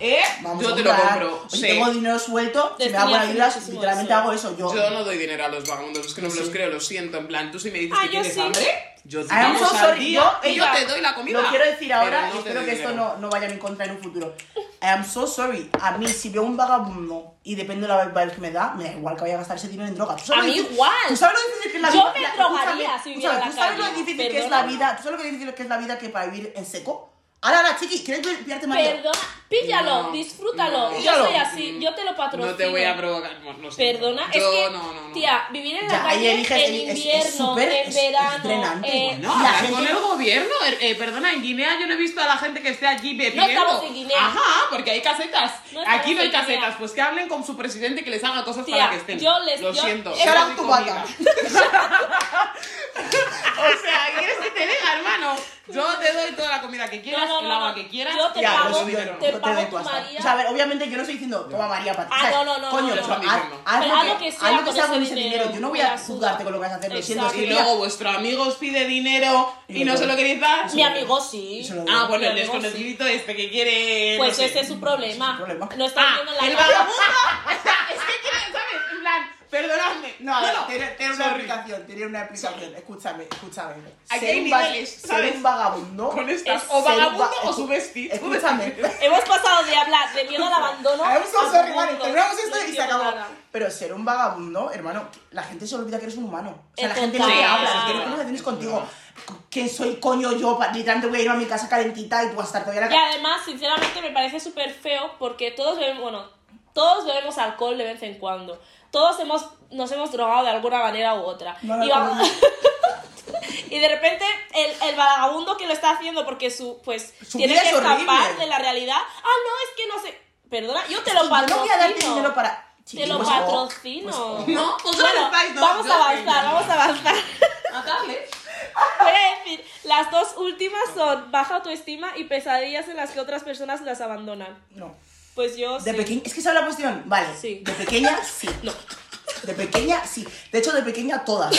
B: ¿Eh?
D: vamos
B: yo
D: a
B: te lo
D: comprar,
B: compro.
D: o si
B: sí.
D: tengo dinero suelto, si
C: Desde
D: me hago
C: mi
D: una isla,
C: afiliación,
D: literalmente
C: eso.
D: hago eso, yo...
B: Yo no doy dinero a los vagabundos, es que no me los creo, lo siento. En plan, tú si me dices
C: Ah,
B: que
C: yo
B: tienes
C: sí.
B: hambre, yo te
D: I am
B: vamos
D: Ah, so
B: al
D: sorry,
B: día
D: yo-
B: y yo
D: mira,
B: te doy la comida.
D: Lo quiero decir ahora
B: Pero no
D: y
B: te
D: espero
B: doy
D: que esto
B: dinero.
D: no, no vaya en contra en un futuro. I am so sorry. A mí, si veo un vagabundo y depende de la vibe que me da, me da igual que vaya a gastar ese dinero en droga. ¿Tú sabes
C: A
D: lo
C: mí
D: difícil-
C: igual.
D: ¿Tú sabes lo difícil que es la
C: Yo
D: vida?
C: me
D: la-
C: drogaría
D: escúchame,
C: si
D: tú
C: viviera
D: sabes-
C: en
D: ¿Tú
C: la
D: sabes lo
C: calle,
D: difícil que es la
C: perdóname.
D: vida? ¿Tú sabes lo difícil que es la vida que para vivir en seco? Ahora, ahora, chiqui, ¿quieres pillarte María?
C: Perdona, píllalo,
B: No,
C: disfrútalo.
B: no.
C: yo soy
D: Píllalo.
C: así, yo te lo patrocino.
B: No te voy a provocar. no, lo siento.
C: Perdona,
B: yo,
C: es que,
B: no, no, no.
C: tía, vivir en la
D: Ya, ahí
C: calle
D: eliges
C: en
D: el- es- es
C: invierno,
D: súper-
C: en
D: es- es
C: verano,
D: drenante,
C: eh,
D: bueno.
B: No,
D: La
B: la
D: gente-
B: con el gobierno. Eh, eh, perdona, en Guinea yo no he visto a la gente que esté allí bebiendo.
C: estamos en Guinea.
B: Ajá, porque hay casetas.
C: No estamos
B: Aquí no hay
C: en Guinea.
B: casetas. Pues que hablen con su presidente que les haga cosas
C: Tía,
B: para que estén.
C: yo les-
B: Lo
C: yo-
B: siento.
C: Shout
B: yo
D: out
B: soy
D: to
B: comida.
D: Vaca.
B: o sea, ¿quieres que te diga, hermano? Yo te doy toda la comida que quieras,
C: No, no, no,
B: el agua
C: no.
B: que quieras.
C: Yo te
B: y
D: Ya,
C: pago,
B: los
D: yo- yo-
B: dinero.
C: te
D: yo
C: pago
D: doy
C: tu
D: pasta.
C: María.
D: O sea, a ver, obviamente yo no estoy diciendo, toma María para ti.
C: Ah,
D: ¿sabes?
C: no, no, no,
D: Coño,
C: no,
D: pero
C: no.
D: haz, haz
C: Pero
D: lo
C: haz
D: que,
C: lo que sea
D: haz lo que
C: con
D: sea
C: ese
D: con ese
C: dinero,
D: dinero. Yo no voy
C: me
D: a
C: la suda.
D: juzgarte con lo que vas a hacer, lo siento.
C: Exacto.
D: es
B: Y
D: que,
B: luego vuestro amigo os pide dinero y no se lo queréis dar.
C: Mi amigo sí.
D: Eso lo-
B: Ah, bueno, el
C: Mi amigo sí.
B: desconocidito este que quiere.
C: Pues
B: no sé.
C: ese es su problema.
D: Ese es su problema.
C: No está
B: Ah,
C: viendo la
B: el
C: cara.
B: vagabundo. es que quiere, ¿sabes? En plan, perdonadme.
D: No, a ver,
B: Bueno,
D: tiene, tiene una
B: sorry.
D: aplicación, tiene una aplicación. Escúchame, escúchame.
B: Aquí
D: Ser
B: hay
D: un va-
B: niveles,
D: ser
B: ¿sabes?
D: un vagabundo.
B: Con
C: Es
B: estas. O
D: ser un
B: vagabundo
D: va-
B: o su vestido.
D: Escúchame.
C: Hemos pasado de hablar de miedo al abandono.
D: I'm so
C: a
D: sorry,
C: mundo.
D: vale, terminamos esto
C: No
D: y se
C: quiero
D: acabó.
C: nada.
D: pero ser un vagabundo, hermano, la gente se olvida que eres un humano. O sea, la
C: Es
D: gente no te
C: total.
D: habla, no
C: Sí,
D: tiene
B: es verdad.
D: conversaciones contigo. ¿Quién soy coño yo? Pa- Literalmente voy a ir a mi casa calentita y tú vas a estar todavía en la
C: Y además, sinceramente, me parece súper feo porque todos bebemos, bueno, Todos bebemos alcohol de vez en cuando. Todos hemos, nos hemos drogado de alguna manera u otra.
D: Vale,
C: y, vamos- y de repente el, el vagabundo que lo está haciendo porque su pues
D: Su
C: tiene
D: vida
C: que
D: es
C: escapar
D: horrible.
C: de la realidad. Ah, no, es que no sé. Perdona, yo te lo
D: Yo no voy a darte
C: patrocino.
D: dinero para.
C: Te
D: Chiqui,
C: lo
D: pues, oh,
C: patrocino.
D: pues, oh.
B: No, vosotros
C: Bueno,
B: estáis, no,
C: vamos
B: yo
C: a avanzar,
B: reina.
C: vamos a avanzar.
D: Ah,
B: Natalia.
C: Voy a decir, las dos últimas son baja autoestima y pesadillas en las que otras personas las abandonan.
D: No.
C: Pues yo
D: De
C: sí.
D: pequeña, es que esa es la cuestión. Vale.
C: Sí.
D: De pequeña, sí.
C: No.
D: De pequeña, sí. De hecho, de pequeña, todas.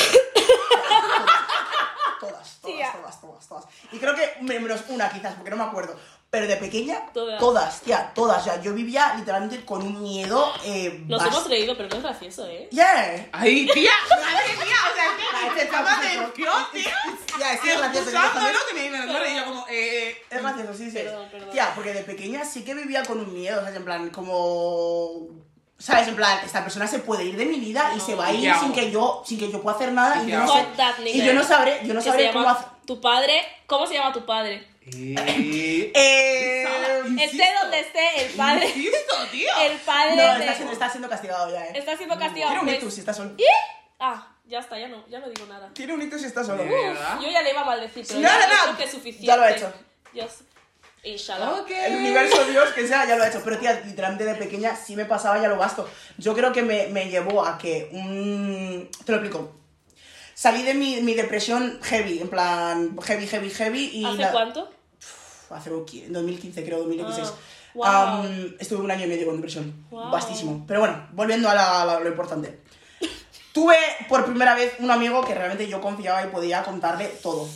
D: todas,
C: Tía.
D: todas, todas, todas, todas. Y creo que menos una quizás, porque no me acuerdo. Pero de pequeña,
C: Todas.
D: todas, tía, todas. O sea, yo vivía literalmente con un miedo. Eh,
C: Nos
D: bas-
C: hemos reído, pero no es gracioso, ¿eh?
D: Yeah.
B: Ay, tía, madre mía, o sea, es que
D: Parece
B: estaba
D: que-
B: de opción, tía.
D: Ya, es que es gracioso. yo
B: Escuchándolo,
D: también-
B: que me me- me reía como, eh, eh,
D: Es gracioso, sí, sí.
C: Perdón, perdón.
D: Tía, porque de pequeña sí que vivía con un miedo, o sea, en plan, como... ¿Sabes? En plan, esta persona se puede ir de mi vida y se va a ir
B: Ya.
D: sin que yo, sin que yo pueda hacer nada y,
B: Ya.
D: yo, no sé-
C: Fuck that nigga.
D: y yo no sabré, yo no
C: Que se
D: sabré cómo hacer...
C: llama tu padre. ¿Cómo se llama tu padre?
B: Eh,
D: Eh...
C: Esté donde esté, el padre.
B: Insisto, tío.
C: El padre
D: No,
C: de-
D: está siendo, está siendo castigado ya, eh.
C: Está siendo castigado.
D: Tiene un
C: pues.
D: hito si está solo.
C: Ah, ya está, ya no, ya no digo nada.
D: Tiene un hito si está solo.
B: De
C: Uf,
B: verdad.
C: yo ya le iba a maldecir, pero
D: No,
C: ya
D: no,
C: yo
D: no.
C: creo que es suficiente.
D: Ya lo he hecho.
C: Dios. Inshallah.
B: Ok.
D: El universo Dios que sea, ya lo ha hecho. Pero tía, literalmente de pequeña sí me pasaba ya lo gasto. Yo creo que me, me llevó a que un... Te lo explico. Salí de mi, mi depresión heavy, en plan heavy, heavy, heavy. Y
C: ¿Hace
D: la-
C: cuánto?
D: Hace un qui- 2015, creo, 2016.
C: Ah, wow.
D: Am, estuve un año y medio con depresión.
C: Wow.
D: Vastísimo. Pero bueno, volviendo a, la- la- lo importante. Tuve por primera vez un amigo que realmente yo confiaba y podía contarle todo.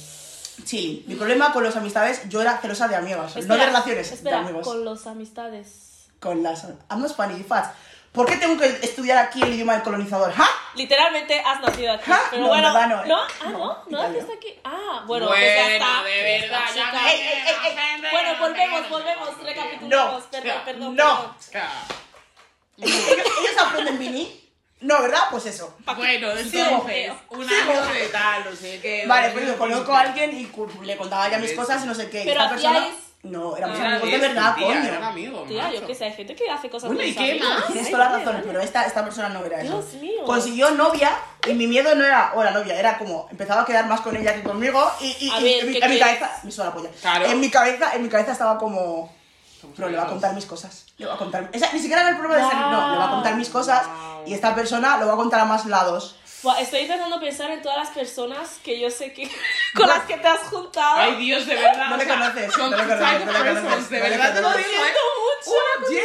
D: Chili. Mi problema con las amistades, yo era celosa de amigos, no
C: Espera,
D: de relaciones,
C: Espera,
D: de amigos
C: con los amistades.
D: con las I'm not Spanish fast. ¿Por qué tengo que estudiar aquí el idioma del colonizador? ¿Ah?
C: Literalmente has nacido aquí.
D: Ah,
C: Pero
D: no,
C: bueno.
D: nada, no, eh.
C: Ah,
D: No,
C: no, no
D: Italia.
C: naciste aquí. Ah, bueno, pues ya está.
B: de verdad,
C: Ya está,
B: ya
C: chica.
B: me-
D: Ey, ey, ey, ey.
B: ofende,
C: Bueno, volvemos,
B: ofende.
C: volvemos, recapitulamos.
D: No,
C: perdón, perdón.
D: no.
C: perdón.
B: O sea,
D: ¿Ellos ellos aprenden mini? No, ¿verdad? Pues eso.
B: Bueno,
D: Sí,
B: entonces,
C: sí.
B: un
D: Sí,
B: año
D: sí.
B: de tal, no sé qué.
D: Vale,
B: Eh, bueno,
D: pues yo
B: yo
D: conozco a alguien y cu- le contaba ya mis
B: Eso.
D: cosas y no sé qué. y
C: Pero
D: esta persona...
C: hacíais-
D: No, éramos
B: Era
D: amigos de
B: Ah, de
D: verdad,
B: tía, eran
D: coño.
B: amigos,
C: Tía, yo
B: macho.
C: qué sé, hay gente que hace cosas
B: Bueno,
C: con
B: ¿y
C: sus
B: qué
C: amigos.
B: más?
D: Tienes
C: Ay,
D: toda la
C: vale,
D: razón,
C: Ah, vale.
D: pero esta, esta persona no era eso.
C: Dios mío.
D: Consiguió novia y mi miedo no era, o la novia, era como empezaba a quedar más con ella que conmigo y, y-
C: A
D: y-
C: ver,
D: en, mi-
C: ¿qué
D: en mi
C: quieres?
D: cabeza, me suena la polla.
B: Claro.
D: En mi cabeza, en mi cabeza estaba como,
B: Estamos
D: Pero le va a
B: amigos.
D: contar mis cosas. Le va a contar. Esa, ni siquiera era el problema de ser. No, le va a contar mis cosas. Y esta persona lo va a contar a más lados.
C: Buah, Estoy intentando pensar en todas las personas que yo sé que con las que te has juntado.
B: Ay, Dios, de verdad.
D: No
B: o
D: le
B: sea,
D: conoces,
B: son
D: no le conoces,
B: psycho
D: no le conoces,
B: persons, De
D: no le
B: verdad te lo
D: conoces.
B: digo,
C: Lo
B: ¿eh?
C: siento mucho.
D: Oye,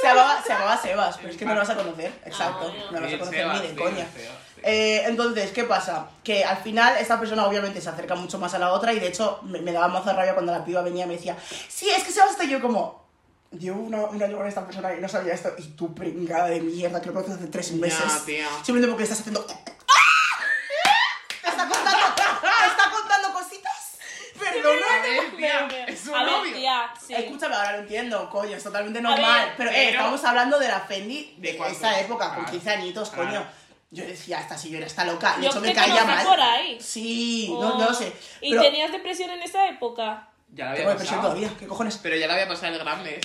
D: Se llamaba, se llamaba Sebas, pero es que no lo vas a conocer. Exacto.
C: Ah,
D: No lo vas a
B: Bien,
D: conocer ni
B: Sebas,
D: de
B: sí,
D: coña.
B: Sebas, sí.
D: Eh, entonces, ¿qué pasa? Que al final esta persona obviamente se acerca mucho más a la otra y de hecho me, me daba mazo de rabia cuando la piba venía y me decía, sí, es que Sebas está yo como... Llevo una- un año con esta persona y no sabía esto. Y tú, pringada de mierda, que lo conoces hace tres meses.
B: tía.
D: Simplemente porque estás haciendo... ¡Ah! ¿Te está contando, te está contando cositas?
B: A
D: Perdona.
B: ver, tía, es un
C: a ver,
B: novio.
C: tía, sí.
D: Escúchame, ahora lo entiendo, coño, es totalmente
C: ver,
D: normal. pero, eh,
B: pero-
D: estamos hablando de la Fendi
B: ¿De Ah.
D: de,
B: cuándo?
D: esa época,
B: Claro,
D: con 15 añitos,
B: claro.
D: coño. Yo decía, esta señora está loca. De
C: Yo
D: hecho,
C: te
D: me caía
C: conocí
D: mal.
C: por ahí.
D: Sí,
C: Oh.
D: no, no sé.
C: ¿Y
D: pero
C: tenías depresión en esa época?
B: Ya la había
D: tengo depresión
B: pasado.
D: todavía, ¿qué cojones?
B: Pero ya la había pasado el grande.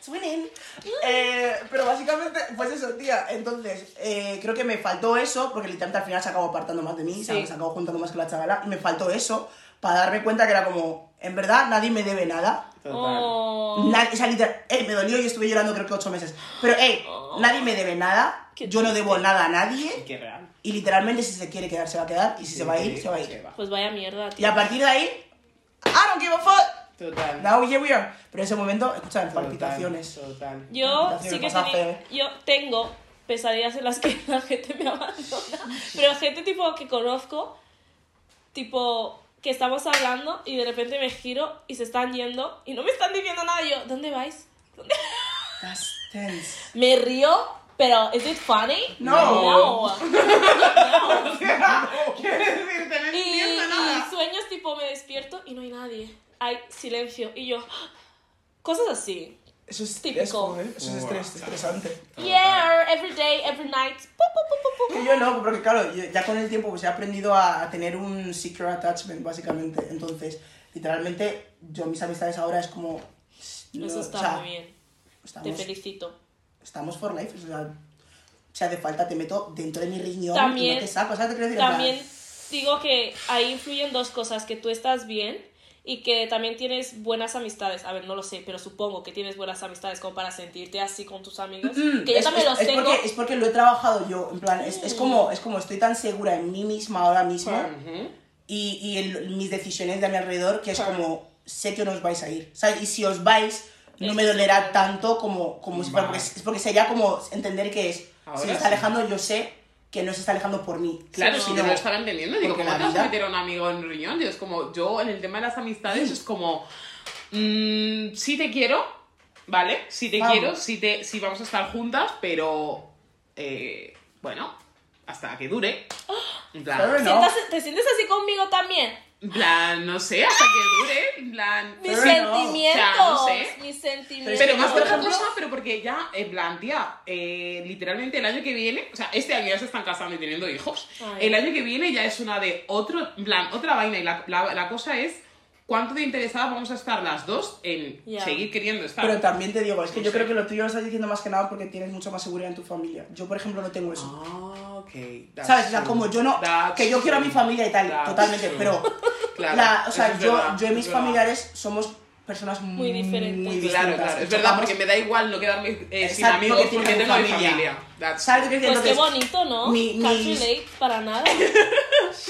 D: Swinging.
C: Mm.
D: Eh, pero básicamente, pues eso, tía. Entonces, eh, creo que me faltó eso, porque literalmente al final se acabó apartando más de mí, se-
C: Sí.
D: se acabó juntando más con la chavala, y me faltó eso para darme cuenta que era como, en verdad, nadie me debe nada.
C: Oh.
D: Nadie, o sea, literal, ey, me dolió y estuve llorando creo que ocho meses. Pero, ey,
C: Oh.
D: nadie me debe nada.
C: Qué
D: yo no debo nada a nadie.
B: Qué real.
D: Y literalmente, si se quiere quedar, se va a quedar. Y si se va a ir, se va a ir.
C: Pues vaya mierda,
D: Y
C: tía.
D: a partir de ahí, I don't give a fuck.
B: Total.
D: Now here we are. Pero en ese momento, escucha,
B: Total,
D: palpitaciones.
B: Total.
C: Yo
D: Habitación
C: sí que
D: pasa
C: teni-
D: feo, ¿eh?
C: yo tengo pesadillas en las que la gente me abandona, pero gente tipo que conozco, tipo que estamos hablando y de repente me giro y se están yendo y no me están diciendo nada. y Yo, ¿dónde vais?
D: That's tense.
C: Me río, pero ¿es it funny?
D: No.
C: No.
B: ¿Quieres decirte? No
C: Y,
B: entiendo
C: y
B: nada.
C: sueños tipo me despierto y no hay nadie. Hay silencio y yo cosas así.
D: Eso es
C: Típico.
D: estrés, joder. Eso ¿eh? es estrés, estresante.
C: Yeah, every day, every night. Pu, pu, pu, pu, pu.
D: Que yo no, porque claro, yo- ya con el tiempo pues he aprendido a tener un secure attachment, básicamente. Entonces, literalmente, yo mis amistades ahora es como... no,
C: Eso está
D: o sea,
C: muy bien. Te
D: Estamos,
C: felicito.
D: estamos for life. O sea, si hace falta, te meto dentro de mi riñón y
C: También-
D: no te saco. ¿Sabes? Te quiero decir, En plan,
C: También digo que ahí influyen dos cosas, que tú estás bien y que también tienes buenas amistades. A ver, no lo sé, pero supongo que tienes buenas amistades como para sentirte así con tus amigos.
D: Mm,
C: Que yo
D: es-
C: también
D: es-
C: los
D: es
C: tengo. Mm.
D: Porque, es porque lo he trabajado yo, en plan, es, es como, es como estoy tan segura en mí misma ahora mismo
B: Ujú.
D: y, y en mis decisiones de a mi alrededor
C: Mm.
D: que es
B: Claro.
D: como, sé que no os vais a ir, ¿sabes? Y si os vais, no me dolerá tanto como, como si fuera, porque, es es porque sería como entender que es,
B: Ahora
D: si me
B: sí.
D: está alejando, yo sé que no se está alejando por mí.
B: Claro,
C: Sí,
B: si
C: no.
B: no lo estará entendiendo, digo,
D: Porque
B: ¿cómo
D: la
B: te vas a
D: vida-
B: meter a un amigo en un riñón? Yo es como, yo en el tema de las amistades es como, mm, sí te quiero, ¿vale? Sí te
D: Vamos.
B: quiero, sí, te, sí vamos a estar juntas, pero, eh, bueno, hasta que dure. En
D: Claro,
B: plan,
D: no.
C: Sientas- ¿Te sientes así conmigo también?
B: en plan, no sé, hasta que dure, en plan...
C: Mis
D: Pero no,
C: sentimientos.
B: o sea, no sé.
C: Mis
D: Pero
C: sentimientos.
B: Pero más
D: Yo,
B: que
D: por
B: otra
D: ejemplo-
B: cosa, pero porque ya, en plan, tía, eh, literalmente el año que viene, o sea, este año ya se están casando y teniendo hijos,
C: Ay.
B: el año que viene ya es una de otro, en plan, otra vaina y la, la- la cosa es cuánto de interesadas vamos a estar las dos en
C: Ya.
B: seguir queriendo estar.
D: Pero también te digo, es que
B: No
D: yo
B: sé.
D: creo que lo tuyo lo estás diciendo más que nada porque tienes mucha más seguridad en tu familia. Yo, por ejemplo, no tengo eso.
B: Ah, ok. that's
D: ¿Sabes? O sea,
B: true,
D: como yo no.
B: that's
D: Que yo quiero a mi
B: true,
D: familia y tal,
B: that's
D: totalmente,
B: true.
D: pero.
B: Claro,
D: la- o
B: eso
D: sea,
B: es
D: yo,
B: verdad,
D: yo y mis
B: es verdad.
D: familiares somos personas muy,
C: diferentes.
D: muy distintas.
B: Claro, claro, es verdad,
D: Chocamos.
B: porque me da igual no quedarme eh, sin
D: Exacto,
B: amigos
D: porque
B: porque
D: tiene
B: tengo a mi
D: familia.
B: familia. That's
D: ¿Sabes qué
C: Pues qué
D: Entonces,
C: bonito, ¿no?
D: mi-
C: Can't
D: mis-
C: relate para nada.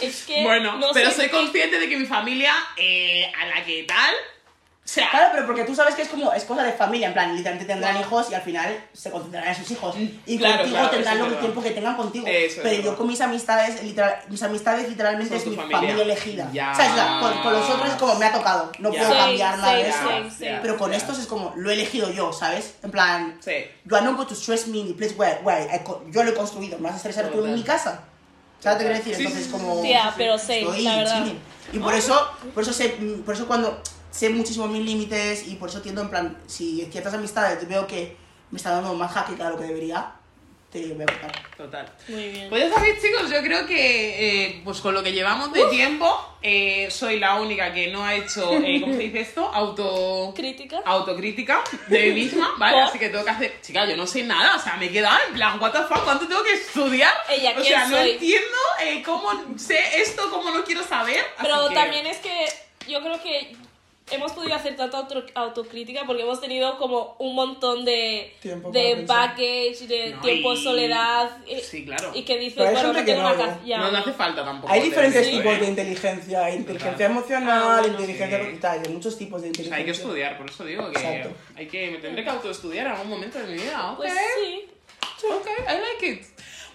C: Es que.
B: Bueno,
C: no
B: pero
C: sé.
B: soy consciente de que mi familia, eh, a la que tal, o sea,
D: Claro, pero porque tú sabes que es como es cosa de familia, en plan, literalmente tendrán
C: Claro.
D: hijos y al final se concentrarán en sus hijos. Y
B: Mm, claro,
D: contigo
B: claro, eso
D: tendrán
B: es
D: lo que
B: verdad.
D: tiempo que tengan contigo.
B: Eso es
D: pero
B: verdad.
D: yo con mis amistades, literal, mis amistades literalmente
B: Son
D: es
B: tu
D: mi familia,
B: familia.
D: elegida.
B: Ya.
D: O sea, es la- con, con los otros es como me ha tocado, no
B: Ya.
D: puedo
B: Sí,
D: cambiar nada de
C: sí,
D: eso.
C: sí, sí.
D: Pero con
B: Ya.
D: estos es como lo he elegido yo, ¿sabes? En plan,
B: Sí.
D: you are not going to stress me in the place where, where I co- yo lo he construido, me vas a estresar tú en
B: Total.
D: mi casa. ¿Sabes lo que quiero decir?
B: Sí,
D: Entonces,
B: sí, sí,
D: como.
B: sí.
C: Tía, pero sé,
D: Estoy
C: la verdad.
D: chilling. Y por eso, por eso sé, por eso cuando sé muchísimo mis límites y por eso tiendo en plan, si ciertas amistades veo que me está dando más jaque que a lo que debería, te voy a cortar.
B: Total.
C: Muy bien.
B: Pues ya sabéis, chicos, yo creo que eh, pues con lo que llevamos de tiempo, eh, soy la única que no ha hecho, eh, ¿cómo se dice esto? Auto...
C: Crítica.
B: Autocrítica de mí misma, ¿vale?
C: ¿Por?
B: Así que tengo que hacer. Chica, yo no sé nada, o sea, me he quedado en plan, ¿what the fuck? ¿Cuánto tengo que estudiar?
C: Ella,
B: o
C: ¿quién
B: sea, no
C: soy?
B: entiendo eh, cómo sé esto, cómo no quiero saber. así
C: Pero
B: que-
C: también es que yo creo que hemos podido hacer tanta auto- autocrítica porque hemos tenido como un montón de,
D: Tiempo para
C: de
D: pensar.
C: baggage, de
B: No,
C: tiempo de
B: y-
C: soledad. eh, Y,
B: Sí, claro.
C: y que dices,
D: Pero hay
C: bueno,
D: gente
C: no
D: que
C: tengo
D: no,
C: una
D: ¿no?
C: casa. Ya.
B: No, no hace falta tampoco.
D: Hay
B: tener
D: diferentes
B: esto,
D: tipos
B: ¿eh?
D: de inteligencia, hay inteligencia
C: Ah,
D: emocional,
C: bueno.
D: inteligencia
B: Sí.
D: cognitiva, hay muchos tipos
B: O sea,
D: de
B: hay que
D: inteligencia.
B: estudiar, por eso digo que
D: Exacto.
B: hay que me tendré que autoestudiar en algún momento de mi vida.
C: Pues
B: ok,
C: sí.
B: ok, I like it.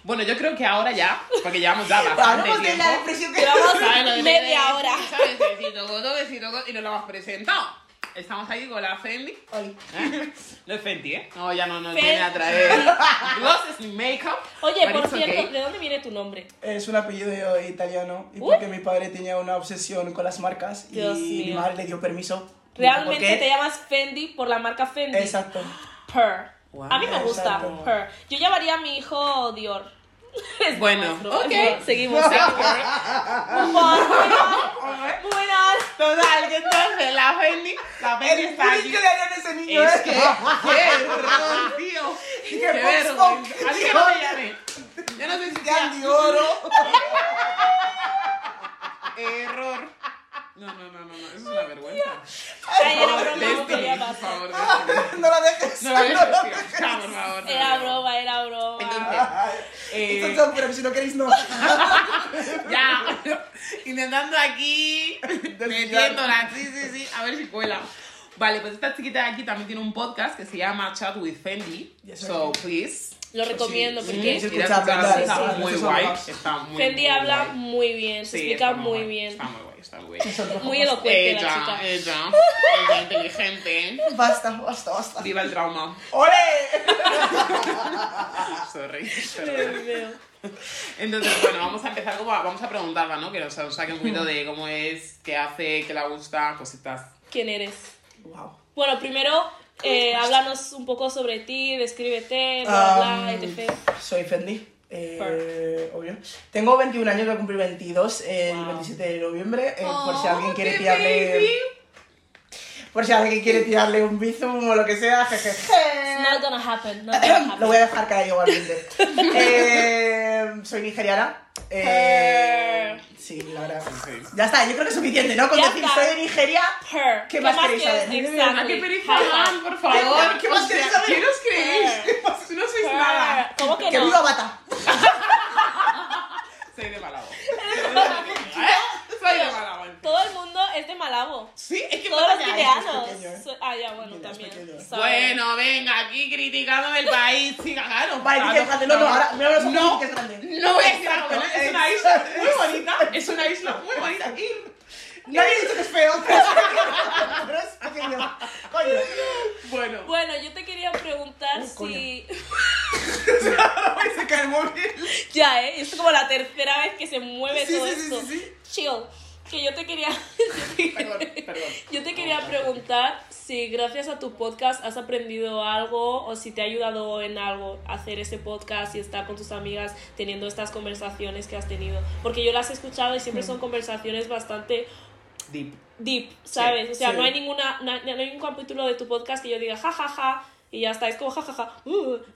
B: Bueno, yo creo que ahora ya, porque llevamos ya bastante
D: Hablamos de
B: tiempo.
D: la depresión que
C: Llevamos
B: ¿sabes? Lo de-
C: media hora.
B: ¿Sabes? Besito goto, besito goto, y no lo hemos presentado. Estamos ahí con la Fendi.
D: Ay.
B: ¿eh? No es Fenty, ¿eh? No, ya no nos
C: Fenty.
B: viene a traer glosses ni make-up.
C: Oye,
B: but
C: por
B: it's
C: cierto,
B: okay.
C: ¿de dónde viene tu nombre?
D: Es un apellido italiano y
C: Uh.
D: porque mi padre tenía una obsesión con las marcas
C: Dios
D: y mi
C: mío.
D: madre le dio permiso. No sé por
C: Realmente
D: qué.
C: te llamas Fendi por la marca Fendi.
D: Exacto.
C: Purr.
B: Wow,
C: a mí me gusta
D: exacto.
C: Purr. Yo llamaría a mi hijo Dior. Es
B: Bueno,
C: nuestro,
B: ok.
C: es nuestro. Seguimos. Buenas. Buenas.
B: Total, que entonces la Fendi, la Fendi
D: El
B: está
D: bullying
B: aquí.
D: que le harían a ese niño
B: Es que, qué
D: ¿eh?
B: horror, tío.
D: Qué
B: Qué vergüenza.
D: poxo.
B: A mí que no me llame. Yo no sé si
D: Cristian de oro.
B: Error. No, no, no, no, no. Eso es una vergüenza.
C: Ay, era broma, no
B: Destiny,
C: quería
B: por
C: pasar.
B: favor, Destiny.
D: No la dejes.
B: No lo
D: no la
B: dejes, tío. Ya, por favor. no,
C: Era
B: no.
C: broma, era broma.
B: Entonces,
D: Ay,
B: Eh,
D: esto es todo, pero si no queréis, no.
B: Ya, intentando aquí, metiéndola, sí, sí, sí, a ver si cuela. Vale, pues esta chiquita de aquí también tiene un podcast que se llama Chat with Fendi.
D: Yes,
B: so,
D: sir.
B: please.
C: Lo recomiendo
D: Sí,
C: porque
D: sí,
B: Ir a
D: escucha,
B: escucharla,
D: sí,
B: está
D: sí,
B: muy
D: sí,
B: guay.
D: sí.
B: Está muy,
C: Fendi
B: muy
C: habla
B: guay.
C: muy bien, se
B: Sí,
C: explica
B: está
C: muy
B: guay,
C: bien.
B: Está muy guay, está muy guay.
C: Muy elocuente la
B: Ella,
C: chica.
B: ella, ella inteligente.
D: Basta, basta, basta.
B: Viva el trauma.
D: ¡Ole!
B: Ah, Sorry.
C: Ay,
B: sorry.
C: Dios.
B: Entonces, bueno, vamos a empezar como a- vamos a preguntarla, ¿no? Que nos saque un poquito de cómo es, qué hace, qué le gusta, cositas.
C: ¿Quién eres?
D: Wow.
C: Bueno, primero, eh, háblanos un poco sobre ti, descríbete, bla, bla,
D: Um,
C: etc.
D: Soy Fendi. eh, obvio. Tengo 21 años, voy a cumplir 22 el
C: Wow.
D: 27 de noviembre. eh, por si
B: Oh,
D: alguien quiere
B: qué
D: tirarle.
B: baby.
D: Por si alguien quiere tirarle un bizum o lo que sea,
C: It's
D: jejeje.
C: not gonna happen. Not gonna
D: eh, Lo
C: happen.
D: voy a dejar caer igualmente. Eh, soy nigeriana. Eh, sí, la verdad. Ya está, yo creo que es suficiente, ¿no? Con
C: Ya
D: decir
C: está.
D: soy de Nigeria.
C: Her.
D: ¿Qué más queréis saber?
B: ¿A qué
C: Exactly.
B: pereza,
C: Her.
B: man, por favor?
D: ¿Qué más
B: O sea,
D: queréis saber?
B: ¿Qué nos creéis? Pues No sois nada.
C: Her. ¿Cómo que
D: ¡Que
C: no?
D: viva Bata!
B: Soy de Malabo. Soy de Malabo.
C: Tío, Todo el mundo es de Malabo.
B: Sí, es que
C: Todos los
D: ya es, es pequeño,
C: guineanos.
D: ¿eh?
C: So- Ah, ya, bueno,
D: Guinea es
C: también.
D: pequeño.
C: Sorry.
B: Bueno, venga, aquí criticando el país, sí, cagaron.
D: Vale, dice grande, no, no, ahora, mira los ojos,
B: No,
D: que es grande.
B: no voy a decir algo, ¿no? es una isla muy bonita, es una isla muy bonita. Y-
D: Nadie ha dicho que es feo. Pero es pequeño. Coño.
B: Bueno,
C: Bueno, yo te quería preguntar
D: Uy, Uh, coño.
C: si.
B: ahora se cae el móvil.
C: Ya, ¿eh? Es como la tercera vez que se mueve
D: Sí,
C: todo
D: sí, sí,
C: esto.
D: sí, sí.
C: Chill. Que yo te quería.
B: Perdón, perdón.
C: Yo te quería preguntar si gracias a tu podcast has aprendido algo o si te ha ayudado en algo hacer ese podcast y estar con tus amigas teniendo estas conversaciones que has tenido. Porque yo las he escuchado y siempre
D: Mm.
C: son conversaciones bastante
B: Deep.
C: deep, ¿sabes? o sea,
D: sí.
C: no hay ninguna no, hay- no hay un capítulo de tu podcast que yo diga jajaja y ya está, es como jajaja.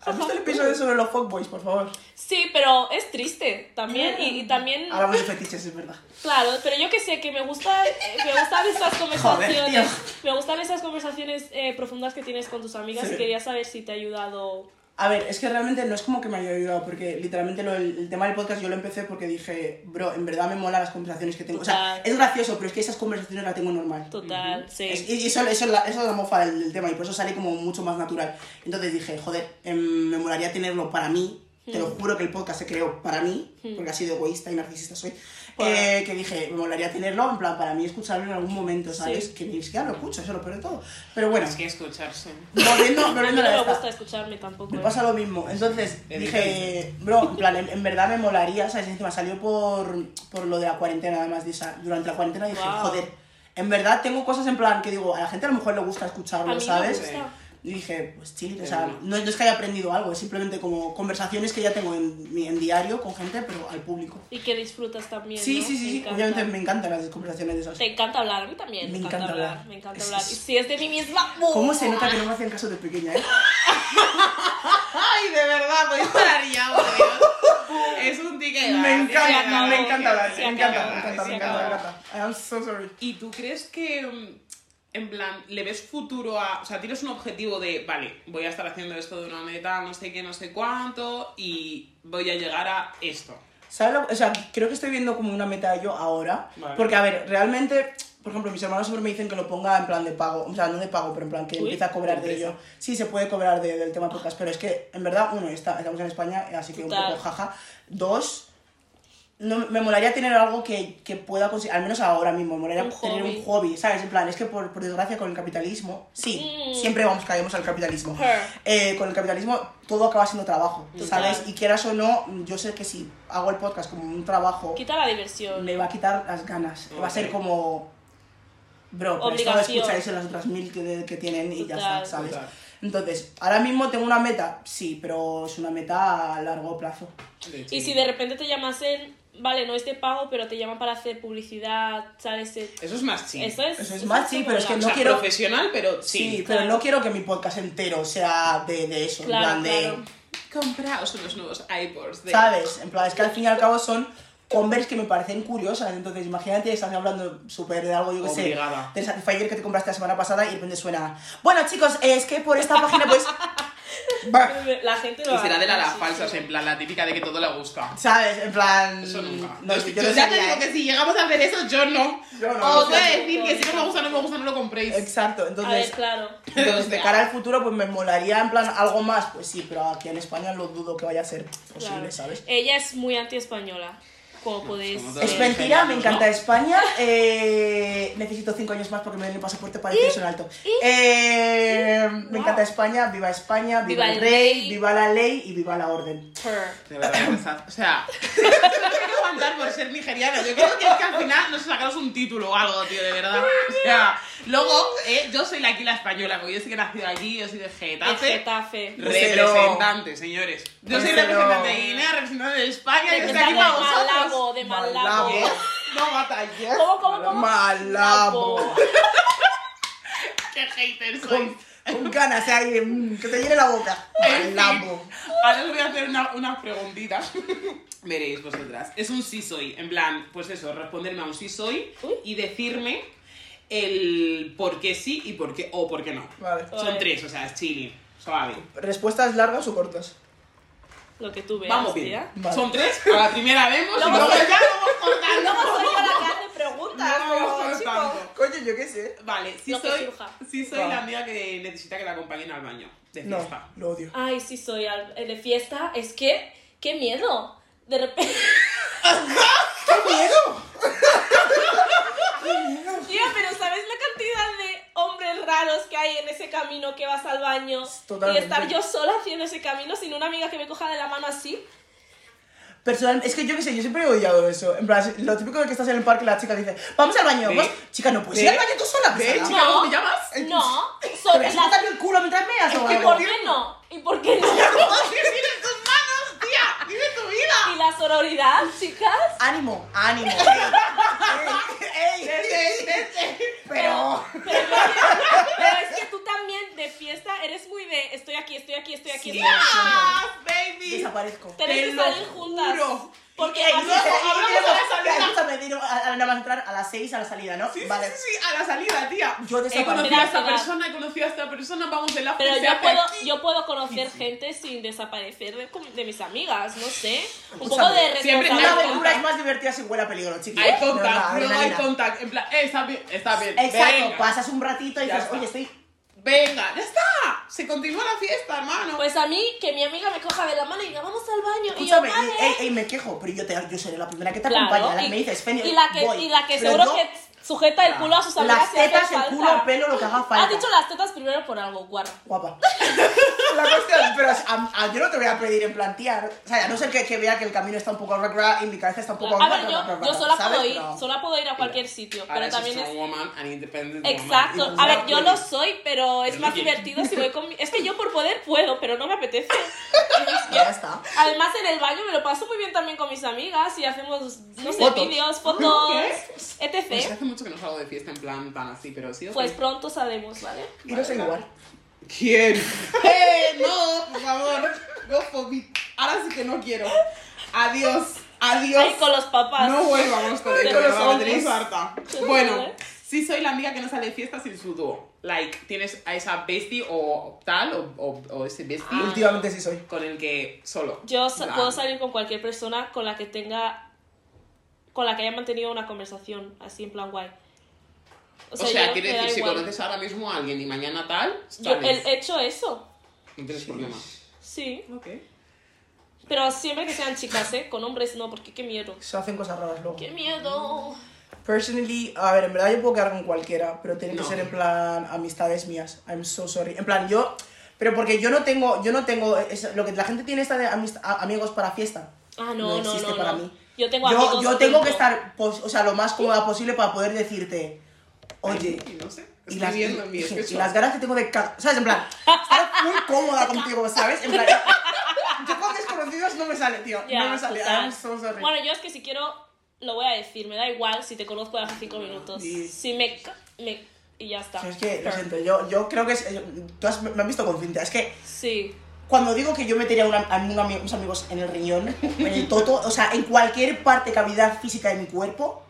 D: ¿Has visto el episodio sobre los fuckboys, por favor?
C: Sí, pero es triste también y, y también
D: Hablamos de fetiches, es verdad.
C: Claro, pero yo que sé, que me gusta, eh, me gustan esas
D: Joder,
C: conversaciones, me gustan esas conversaciones eh, profundas que tienes con tus amigas
D: Sí.
C: y quería saber si te ha ayudado.
D: A ver, es que realmente no es como que me haya ayudado, porque literalmente lo- el, el tema del podcast yo lo empecé porque dije, bro, en verdad me mola las conversaciones que tengo. O sea,
C: Total.
D: es gracioso, pero es que esas conversaciones las tengo normal.
C: Total,
D: Es-
C: sí.
D: y y eso, eso es la, eso es la mofa del, del tema y por eso sale como mucho más natural. Entonces dije, joder, em, me molaría tenerlo para mí. Te lo juro que el podcast se creó para mí, porque así de egoísta y narcisista soy. eh, que dije, me molaría tenerlo, en plan, para mí escucharlo en algún momento, ¿sabes?
C: Sí.
D: Que ni siquiera lo escucho, eso es lo peor de todo. Pero bueno,
B: Es que escucharse.
D: volviendo,
C: A mí
D: volviendo
C: no
D: a la
C: me
D: esta.
C: gusta escucharme tampoco.
D: Me
C: eh.
D: pasa lo mismo. Entonces
B: El
D: dije, bro, en plan, en, en verdad me molaría, ¿sabes? Encima salió por, por lo de la cuarentena, además de esa. Durante la cuarentena dije,
C: Wow.
D: joder, en verdad tengo cosas en plan que digo, a la gente a lo mejor le gusta
C: A
D: escucharlo,
C: mí
D: ¿sabes?
C: me gusta.
D: Y dije, pues chill, o
B: De
D: sea,
B: una.
D: no, no es que haya aprendido algo, es simplemente como conversaciones que ya tengo en, mi- en diario con gente, pero al público.
C: Y que disfrutas también.
D: Sí,
C: ¿no?
D: sí,
C: Te
D: sí, sí,
C: encanta.
D: obviamente me encantan las conversaciones de esas.
C: Te encanta hablar, a mí también.
D: Me
C: Me
D: encanta
C: encanta hablar.
D: hablar.
C: Me
D: Es-
C: encanta hablar.
D: es-
C: Y si es de mí misma.
D: ¿Cómo se
C: ¡buah!
D: nota que no me hacían caso de pequeña, eh?
B: Ay, de verdad, voy a estar ya, por Dios. Es un ticket.
D: Me
C: se
D: encanta,
C: acabó,
D: me encanta hablar,
C: se
D: me encanta,
C: acabó,
D: me encanta,
B: se
D: me encanta, me
B: acabó.
D: encanta. I am so sorry.
B: ¿Y tú crees que, mm, en plan, le ves futuro a... O sea, tienes un objetivo de, vale, voy a estar haciendo esto de una meta, no sé qué, no sé cuánto, y voy a llegar a esto.
D: ¿Sabes lo- O sea, creo que estoy viendo como una meta yo ahora.
B: Vale.
D: Porque, a ver, realmente, por ejemplo, mis hermanos siempre me dicen que lo ponga en plan de pago. O sea, no de pago, pero en plan que
C: Uy,
D: empieza a cobrar de
B: empresa.
D: ello. Sí, se puede cobrar de- del tema podcast, pero es que, en verdad, uno, está, estamos en España, así que
C: Total.
D: un poco jaja. Dos, no, me molaría tener algo que, que pueda conseguir, al menos ahora mismo, me molaría
C: Un
D: tener
C: hobby.
D: un hobby, ¿sabes? En plan, es que por, por desgracia con el capitalismo, sí,
C: Mm.
D: siempre vamos, caemos al capitalismo.
C: Her.
D: Eh, con el capitalismo todo acaba siendo trabajo,
C: Total.
D: ¿sabes? Y quieras o no, yo sé que si hago el podcast como un trabajo,
C: Quita la diversión.
D: me va a quitar las ganas. Va a ser
B: Ok.
D: como. Bro, pero esto lo
C: Obligación.
D: escucháis en las otras mil que, que tienen y ya
C: Total.
D: está, ¿sabes?
B: Total.
D: Entonces, ahora mismo tengo una meta, sí, pero es una meta a largo plazo.
C: Y si de repente te llamasen. Vale, no es de pago, pero te llaman para hacer publicidad, ¿sabes?
B: Eso es más chido.
C: Eso es.
D: Eso es más chill,
C: como
D: pero es que
C: la-
B: O
D: no
B: sea,
D: quiero-
B: profesional, pero
D: Sí,
B: sí.
D: pero
C: claro.
D: no quiero que mi podcast entero sea de, de eso,
C: Claro,
D: en plan de.
C: claro.
B: Compraos unos nuevos iPods de...
D: ¿Sabes? En plan, es que al fin y al cabo son Converse que me parecen curiosas. Entonces, imagínate, estás hablando súper de algo, yo que sé,
B: Obligada.
D: del Satisfyer que te compraste la semana pasada y de repente suena. Bueno, chicos, es que por esta página, pues. bah,
C: La gente lo
B: Y será de la, las
C: sí,
B: falsas,
C: sí.
B: en plan, la típica de que todo le gusta.
D: ¿Sabes? En plan.
B: Eso nunca.
D: Mm, No,
B: Yo-
D: yo,
B: yo
D: no
B: ya te
D: sabía,
B: digo
D: ¿eh?
B: que si llegamos a hacer eso, yo no.
D: Yo no,
B: Os
D: yo
B: voy a
D: no.
B: decir que si no me gusta, no me gusta, no lo compréis.
D: Exacto,
C: A ver,
D: entonces.
C: claro.
D: Entonces, de cara al futuro, pues me molaría en plan algo más. Pues sí, pero aquí en España lo dudo que vaya a ser posible,
C: Claro.
D: ¿sabes?
C: Ella es muy anti-española, como podéis...
B: como
C: eh,
D: Es
B: Sí,
D: mentira, me
B: genial,
D: encanta
B: ¿no?
D: España. eh, necesito cinco años más porque me den el pasaporte para decir eso en alto. Eh, me
C: Wow.
D: encanta España, viva España, viva, el rey, viva la ley y viva la orden.
C: her.
B: De verdad, pensad. O sea, no me quiero aguantar por ser nigeriana. Yo creo que es que al final nos sacaros un título o algo, tío, de verdad. O sea, luego, eh, yo soy la aquí la española, porque yo sí que he nacido aquí, yo soy de
C: Es
B: Getafe.
C: Getafe.
B: Representante, señores. Yo soy
D: Pero-
B: representante de Guinea, representante de España, yo estoy
C: Representante
B: aquí
C: de
B: para vosotros. Oh,
C: Malabo, de Malabo.
D: Malabo.
B: No batalles.
C: ¿Cómo, cómo, cómo?
D: Malabo.
B: Qué hater soy.
D: Con, con ganas, ahí, mm, que te llene la boca.
B: En
D: El
B: fin,
D: lambo.
B: Ahora os voy a hacer una- unas preguntitas. Veréis vosotras. Es un sí soy. En plan, pues eso, responderme a un sí soy
C: Uy.
B: y decirme el por qué sí y por qué o por qué no.
D: Vale.
B: Son
C: Vale.
B: tres, o sea, es chilling, suave.
D: ¿Respuestas largas o cortas?
C: Lo que tú veas,
B: Vamos bien.
C: tía.
D: Vale.
B: Son tres. A la primera vemos y
C: Luego
B: luego
C: soy-
B: ya vamos cortando.
C: Luego soy yo la que hace preguntas.
B: No,
C: pero,
B: no, no,
C: chicos.
B: tanto.
D: Coño, yo qué sé.
B: Vale, sí
C: Lo que
B: soy,
C: surja.
B: sí soy
D: Vale.
B: la amiga que necesita que la acompañen al baño. De
D: No,
B: fiesta.
D: lo odio.
C: Ay, sí soy al- el de fiesta. Es que, qué miedo. De repente...
D: ¡Qué miedo!
C: Tía, pero ¿sabes la cantidad de hombres raros que hay en ese camino que vas al baño?
D: Totalmente.
C: Y estar yo sola haciendo ese camino sin una amiga que me coja de la mano así.
D: Personalmente, es que yo qué sé, yo siempre he odiado eso. En plan, lo típico de que estás en el parque y la chica dice, vamos al baño.
B: ¿Ve?
D: Vamos. Chica, no puedes
B: ¿Ve?
D: ir al baño tú sola, pues,
B: ¿Ve,
D: pesada.
B: chica? ¿cómo te llamas?
C: No,
D: ¿Te
C: soy
D: voy a
C: la...
D: soltar el culo mientras meas o
C: ¿Y
D: algo?
C: por qué no? ¿Y por qué no?
B: ¡Dime tus manos, tía! ¡Dime tu vida!
C: ¿Y la sororidad, chicas?
D: Ánimo, ánimo. ¡Ey! ¡Ey! ¡Ey! Pero...
C: Pero, pero es que tú también de fiesta eres muy de estoy aquí, estoy aquí, estoy aquí. estoy aquí.
B: ¡Yes, baby!
D: Desaparezco.
C: Tenés que
B: Te lo
C: salir juntas.
B: juro.
C: Porque
B: Ey,
C: así-
B: luego hablamos a la salida.
D: Escúchame, dilo, a- a- nada más entrar a las 6 a la salida, ¿no?
B: Sí,
D: vale.
B: sí, Eh, sí, sí, a la salida, tía.
D: Yo
B: He
D: desaparezco.
B: conocido a esta
C: Mira,
B: persona, he conocido a esta persona, vamos de la
C: Pero yo puedo, yo puedo conocer gente sin desaparecer de, com- de mis amigas, no sé. Un poco
D: Escúchame,
C: de
B: siempre-
D: Una
B: Hay
D: aventura
B: contacto.
D: es más divertida si huele a peligro, chicos.
B: Hay contact, no hay contact. En plan, eh, está bien, está bien.
D: Exacto,
B: venga.
D: pasas un ratito y
B: Ya
D: dices,
B: está.
D: oye, estoy...
B: Venga, ya está. Se continúa la fiesta, hermano.
C: Pues a mí, que mi amiga me coja de la mano y diga, vamos al baño.
D: Escúchame,
C: y
D: y-
C: yo, vale.
D: ey, ey, me quejo, pero yo, te, yo seré la primera que te
C: Claro,
D: acompaña. La
C: y-
D: que me dices, Feni,
C: y la que,
D: voy.
C: y la que
D: Pero
C: seguro
D: yo,
C: que sujeta el culo a sus amigas
D: Las
C: si hace
D: tetas, el
C: falta.
D: culo, el pelo, lo que haga falta.
C: Has dicho las tetas primero por algo, guarda.
D: Guapa. La cuestión, pero a- a- yo no te voy a pedir en plantear. O sea, a no ser que, que vea que el camino está un poco rara y mi cabeza está un poco
C: A ver,
D: rara, rara,
C: yo, yo
D: rara,
C: sola
D: ¿sabes?
C: puedo ir,
D: Pero-
C: sola puedo ir a cualquier sitio,
B: Ahora
C: pero
B: es a
C: también es...
B: strong woman and independent woman. pues,
C: Exacto, a ver, yo lo soy, pero es
B: Pero
C: más
B: bien.
C: divertido si voy con mi... Es que yo por poder puedo, pero no me apetece.
D: Ya está.
C: Además en el baño me lo paso muy bien también con mis amigas y hacemos, no sé,
D: Fotos.
C: vídeos, fotos,
B: Pues
C: etc.
B: hace mucho que no salgo de fiesta en plan tan así, pero sí. o
C: Pues
B: sí.
C: pronto sabemos, ¿vale?
D: Y no soy igual.
B: ¿Quién? ¡Eh, no! Por favor. No, Fobi. Ahora sí que no quiero. Adiós. Adiós.
C: Ay, con los papás.
B: No vuelvamos con
C: Ay,
B: el
C: con los
B: programa,
C: hombres.
B: tenéis harta.
C: Sí,
B: Bueno,
C: ¿eh?
B: sí soy la amiga que no sale de fiesta sin su dúo. Like, tienes a esa bestie o tal, o, o- o ese bestie
C: Ah.
D: Últimamente sí soy.
B: con el que solo.
C: Yo sa-
B: Claro.
C: puedo salir con cualquier persona con la que tenga. con la que haya mantenido una conversación así en plan guay.
B: O sea, quiere
C: yo-
B: quiere
C: me da
B: decir, si
C: igual.
B: conoces ahora mismo a alguien y mañana tal,
C: Yo
B: sabes.
C: he hecho eso.
B: No tienes problema.
C: Sí.
B: Ok.
C: Pero siempre que sean chicas, ¿eh? Con hombres no, porque qué miedo.
D: Se hacen cosas raras luego.
C: ¡Qué miedo!
D: Personally, a ver, en verdad yo puedo quedar con cualquiera, pero tiene
B: No.
D: que ser en plan amistades mías. I'm so sorry. En plan, yo. Pero porque yo no tengo. Yo no tengo. es- lo que la gente tiene esta de amist- a- amigos para fiesta.
C: Ah, no, no, no.
D: existe
C: no.
D: para mí.
C: Yo tengo
D: Yo,
C: amigos.
D: yo tengo
C: punto.
D: que estar, pues, o sea, lo más cómoda posible para poder decirte, oye,
B: Ay, no sé.
D: y
B: Estoy
D: las,
B: viendo en mi
D: y-
B: especho.
D: y las ganas que tengo de ca- ¿sabes? En plan, estar muy cómoda contigo, ¿sabes? En plan, yo con desconocidos no me sale, tío,
C: Ya,
D: no me sale, Ah,
C: total.
D: I'm so sorry.
C: Bueno, yo es que si quiero, lo voy a decir. Me da igual si te conozco de hace cinco minutos.
D: Ah, Sí.
C: Si me. ca- me y ya está.
D: O sea, es que, lo siento, yo, yo creo que es, eh, tú has- me has visto con cinta, es que
C: Sí.
D: cuando digo que yo metería una- a un ami- unos amigos en el riñón, en el toto, o sea, en cualquier parte, cavidad física de mi cuerpo,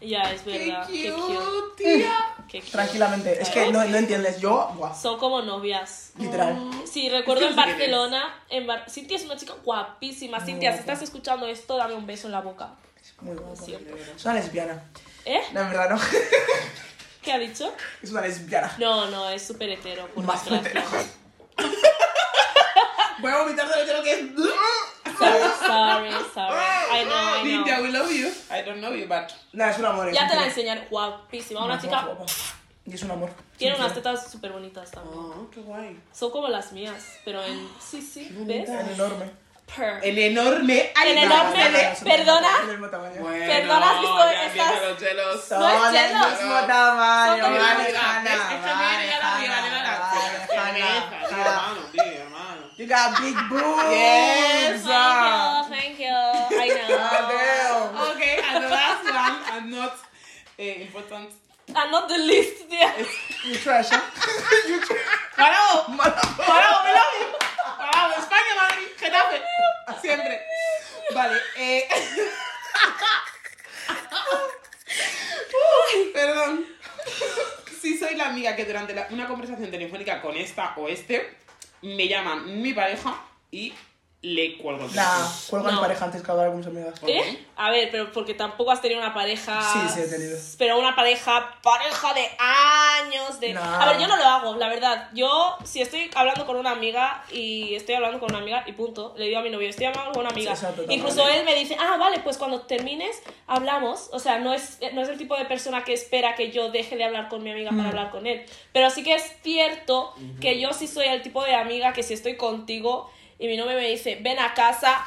C: Ya, es
B: ¡Qué
C: verdad. Qué cute.
B: cute, tía!
C: Qué cute.
D: tranquilamente, es que no, no entiendes, yo, buah,
C: Son como novias.
D: literal.
C: Sí, recuerdo
B: Es que
C: en
B: no sé quién
C: Barcelona, en Bar- Cintia es una chica guapísima. Cintia, si
D: guapa.
C: estás escuchando esto, dame un beso en la boca.
D: Muy guapo.
C: Siempre.
D: Es una lesbiana.
C: ¿Eh?
D: No, en verdad no.
C: ¿Qué ha dicho?
D: Es una lesbiana.
C: No, no, es súper hetero, por
D: Más
C: desgracia.
B: Voy a vomitar de lo que es.
C: Sorry, sorry, sorry. I know, I
B: Cynthia,
C: know.
B: we love you. I don't know you, but.
D: No, es un amor.
C: Ya te la
D: es un
C: enseñaré. Guapísima.
D: tío.
C: Una
D: Guapa,
C: chica
D: guapa. Y es un amor.
C: tiene unas
D: Sincero.
C: tetas súper bonitas también.
B: Oh, qué guay.
C: Son como las mías, pero en... Sí, sí, ¿ves?
D: Es enorme.
C: Purr.
B: El enorme.
C: El
B: animal.
C: enorme-
D: No, no, no, no, son
C: perdona.
D: del mismo tamaño.
B: Bueno,
C: Perdona, has visto
B: ya
C: estas-
B: empiezan los celos.
D: Son
C: No es
D: del
C: celos.
D: mismo tamaño.
C: Son del
D: vale,
C: mismo
D: Hanna, vale, Hanna, vale, Hanna. You got big boobs.
B: Yes,
D: Ah,
C: Thank you, thank you. I know.
D: damn.
B: Okay, and the last one, and not eh, important
C: I'm not the least, tía.
D: You trash, ¿eh?
B: ¡Parado!
D: Mala-
B: ¡Parado, Melón! ¡Parado! Ah, España, Madrid, Getafe. Siempre. Vale, eh. Uy, Perdón. Si soy la amiga que durante la- una conversación telefónica con esta o este me llaman mi pareja y le cuelgo el
D: Nah,
B: teléfono.
D: cuelgo a mi
C: No.
D: pareja antes que hablar con mis amigas.
B: Ok.
C: ¿Eh? A ver, pero porque tampoco has tenido una pareja.
D: Sí, sí, he tenido.
C: Pero una pareja, pareja de años. De...
D: No.
C: A ver, yo no lo hago, la verdad. Yo, si estoy hablando con una amiga y estoy hablando con una amiga y punto, le digo a mi novio, estoy hablando con una amiga.
D: Sí, exacto,
C: Incluso
D: totalmente.
C: él me dice, ah, vale, pues cuando termines, hablamos. O sea, no es, no es el tipo de persona que espera que yo deje de hablar con mi amiga para hablar con él. Pero sí que es cierto que yo sí soy el tipo de amiga que si estoy contigo y mi novio me dice, ven a casa,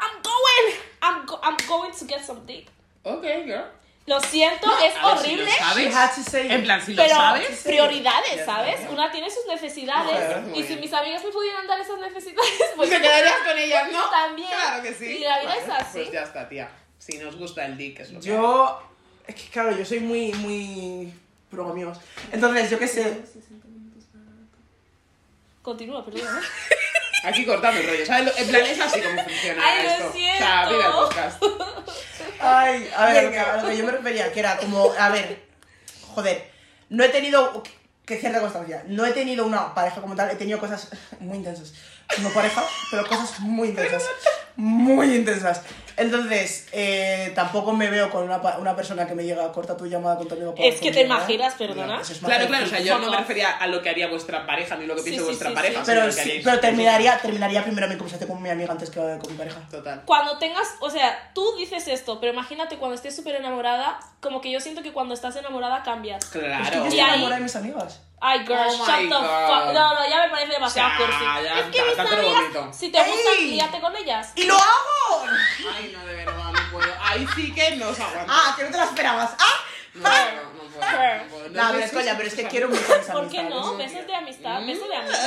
C: I'm going, I'm, go- I'm going to get some dick.
B: Ok, girl.
C: Lo siento,
B: A ver
C: es
B: si lo
C: horrible,
B: sabes.
D: Had to say it.
B: En plan, si lo
C: pero
B: sabes.
D: Ya,
C: prioridades, ¿sabes?
D: ya.
C: Una tiene sus
D: Claro,
C: necesidades
B: muy
C: y si
B: bien.
C: mis amigas me pudieran dar esas necesidades, pues
B: te quedarías con ellas, ¿no?
C: También.
B: Claro que sí.
C: Y la vida es así.
B: Pues ya está, tía. Si nos gusta el dick, es lo que hay.
D: Yo, es que claro, yo soy muy, muy pro amigos. Entonces, yo qué sé.
C: Continúa, perdón. ¿eh?
B: Aquí cortando el rollo, ¿sabes? En plan, es así como funciona
C: Ay, lo
B: esto. O sea,
C: siento.
B: vive el podcast.
D: Ay, a ver, a lo que,
B: Venga.
D: a lo que yo me refería, que era como, a ver, joder, no he tenido, que cierta constancia, no he tenido una pareja como tal, he tenido cosas muy intensas. No pareja, pero cosas muy intensas. Muy intensas. Entonces, eh, tampoco me veo con una, pa- una persona que me llega, corta tu llamada con tu amigo. para
C: Es
D: hablar
C: que te
D: conmigo", ¿eh?
C: imaginas, perdona.
D: No, eso es más
B: Claro, claro, o
D: difícil.
B: sea, yo no me refería a lo que haría vuestra pareja ni lo que piense
C: Sí, sí,
B: vuestra
C: sí,
B: pareja. sino
C: sí.
D: Pero,
B: Ah, lo que
D: sí,
B: haríais
D: pero
B: vosotros.
D: terminaría, terminaría primero mi conversación con mi amiga antes que con mi pareja.
B: Total.
C: Cuando tengas, o sea, tú dices esto, pero imagínate cuando estés súper enamorada, como que yo siento que cuando estás enamorada cambias.
D: Es que yo
B: Claro.
D: estoy
C: Y ahí-
D: enamorada de mis amigas.
C: Ay, girl,
B: Oh
C: shut
B: my
C: the
B: God.
C: fuck. No, no, ya me parece demasiado
B: Ya,
C: cursi.
B: ya,
C: es que
B: ya,
C: mis
B: cátalo
C: amigas,
B: bonito.
C: si te gustan,
D: Ey.
C: líate con ellas.
D: ¡Y lo hago!
B: Ay, no, de verdad, no puedo. Ahí sí que no os aguanto.
D: ¡Ah, que no te lo esperabas! ¡Ah!
B: No, no, no puedo. No, puedo.
D: No, pero es coña, pero es que quiero mucho a mis
C: ¿Por qué
D: amistades.
C: no? Besos de amistad, besos de
B: Mm.
C: amigas.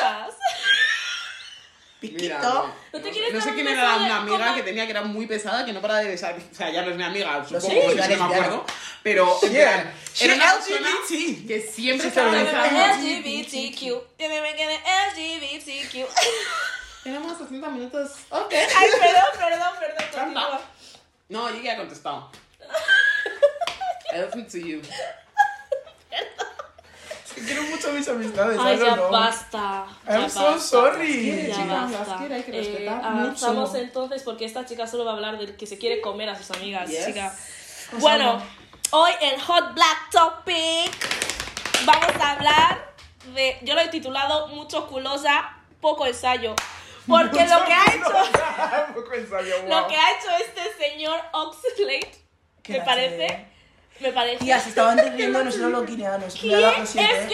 B: Mira,
D: Piquito.
C: ¿No te
B: sé-
C: quieres
B: no
C: dar
B: sé
C: un
B: quién
C: beso
B: era
C: de-
B: una amiga
C: como-
B: que tenía que era muy pesada, que no para de besar. O sea, ya no es mi amiga, supongo,
D: sé,
B: porque
D: ya
B: sí, no me
D: lesbiana.
B: acuerdo. Pero en
D: Yeah.
B: plan,
D: She
B: era una persona
D: LGBT.
B: que siempre
D: Sí, pero
B: estaba
D: lesbiana.
B: besando.
C: LGBTQ. Tiene que LGBTQ.
B: Tenemos 60 minutos. Ok.
C: Ay, perdón, perdón, perdón.
B: Calma.
C: continúa.
B: No, yo ya he contestado. Elephant to you.
D: Es que quiero mucho a mis amistades.
C: Ay,
D: I
C: ya
D: don't know.
C: basta. ya
D: I'm so
C: basta.
D: sorry.
C: Ya
B: chicas, las
C: basta.
B: quiero, hay que
C: Eh,
B: respetar
C: avanzamos
B: mucho.
C: entonces porque esta chica solo va a hablar del que se quiere comer a sus amigas,
B: Yes.
C: chica. Bueno, hoy en Hot Black Topic vamos a hablar de. Yo lo he titulado Mucho culosa, poco ensayo. Porque lo que ha hecho.
D: Poco en sabio,
C: Lo
D: wow.
C: que ha hecho este señor Oxlade,
D: Qué
C: me
D: gracia,
C: parece,
D: eh.
C: me parece.
D: Tía, se estaban riendo nosotros los guineanos. Me ha dado lo siento,
C: Es
D: eh.
C: que-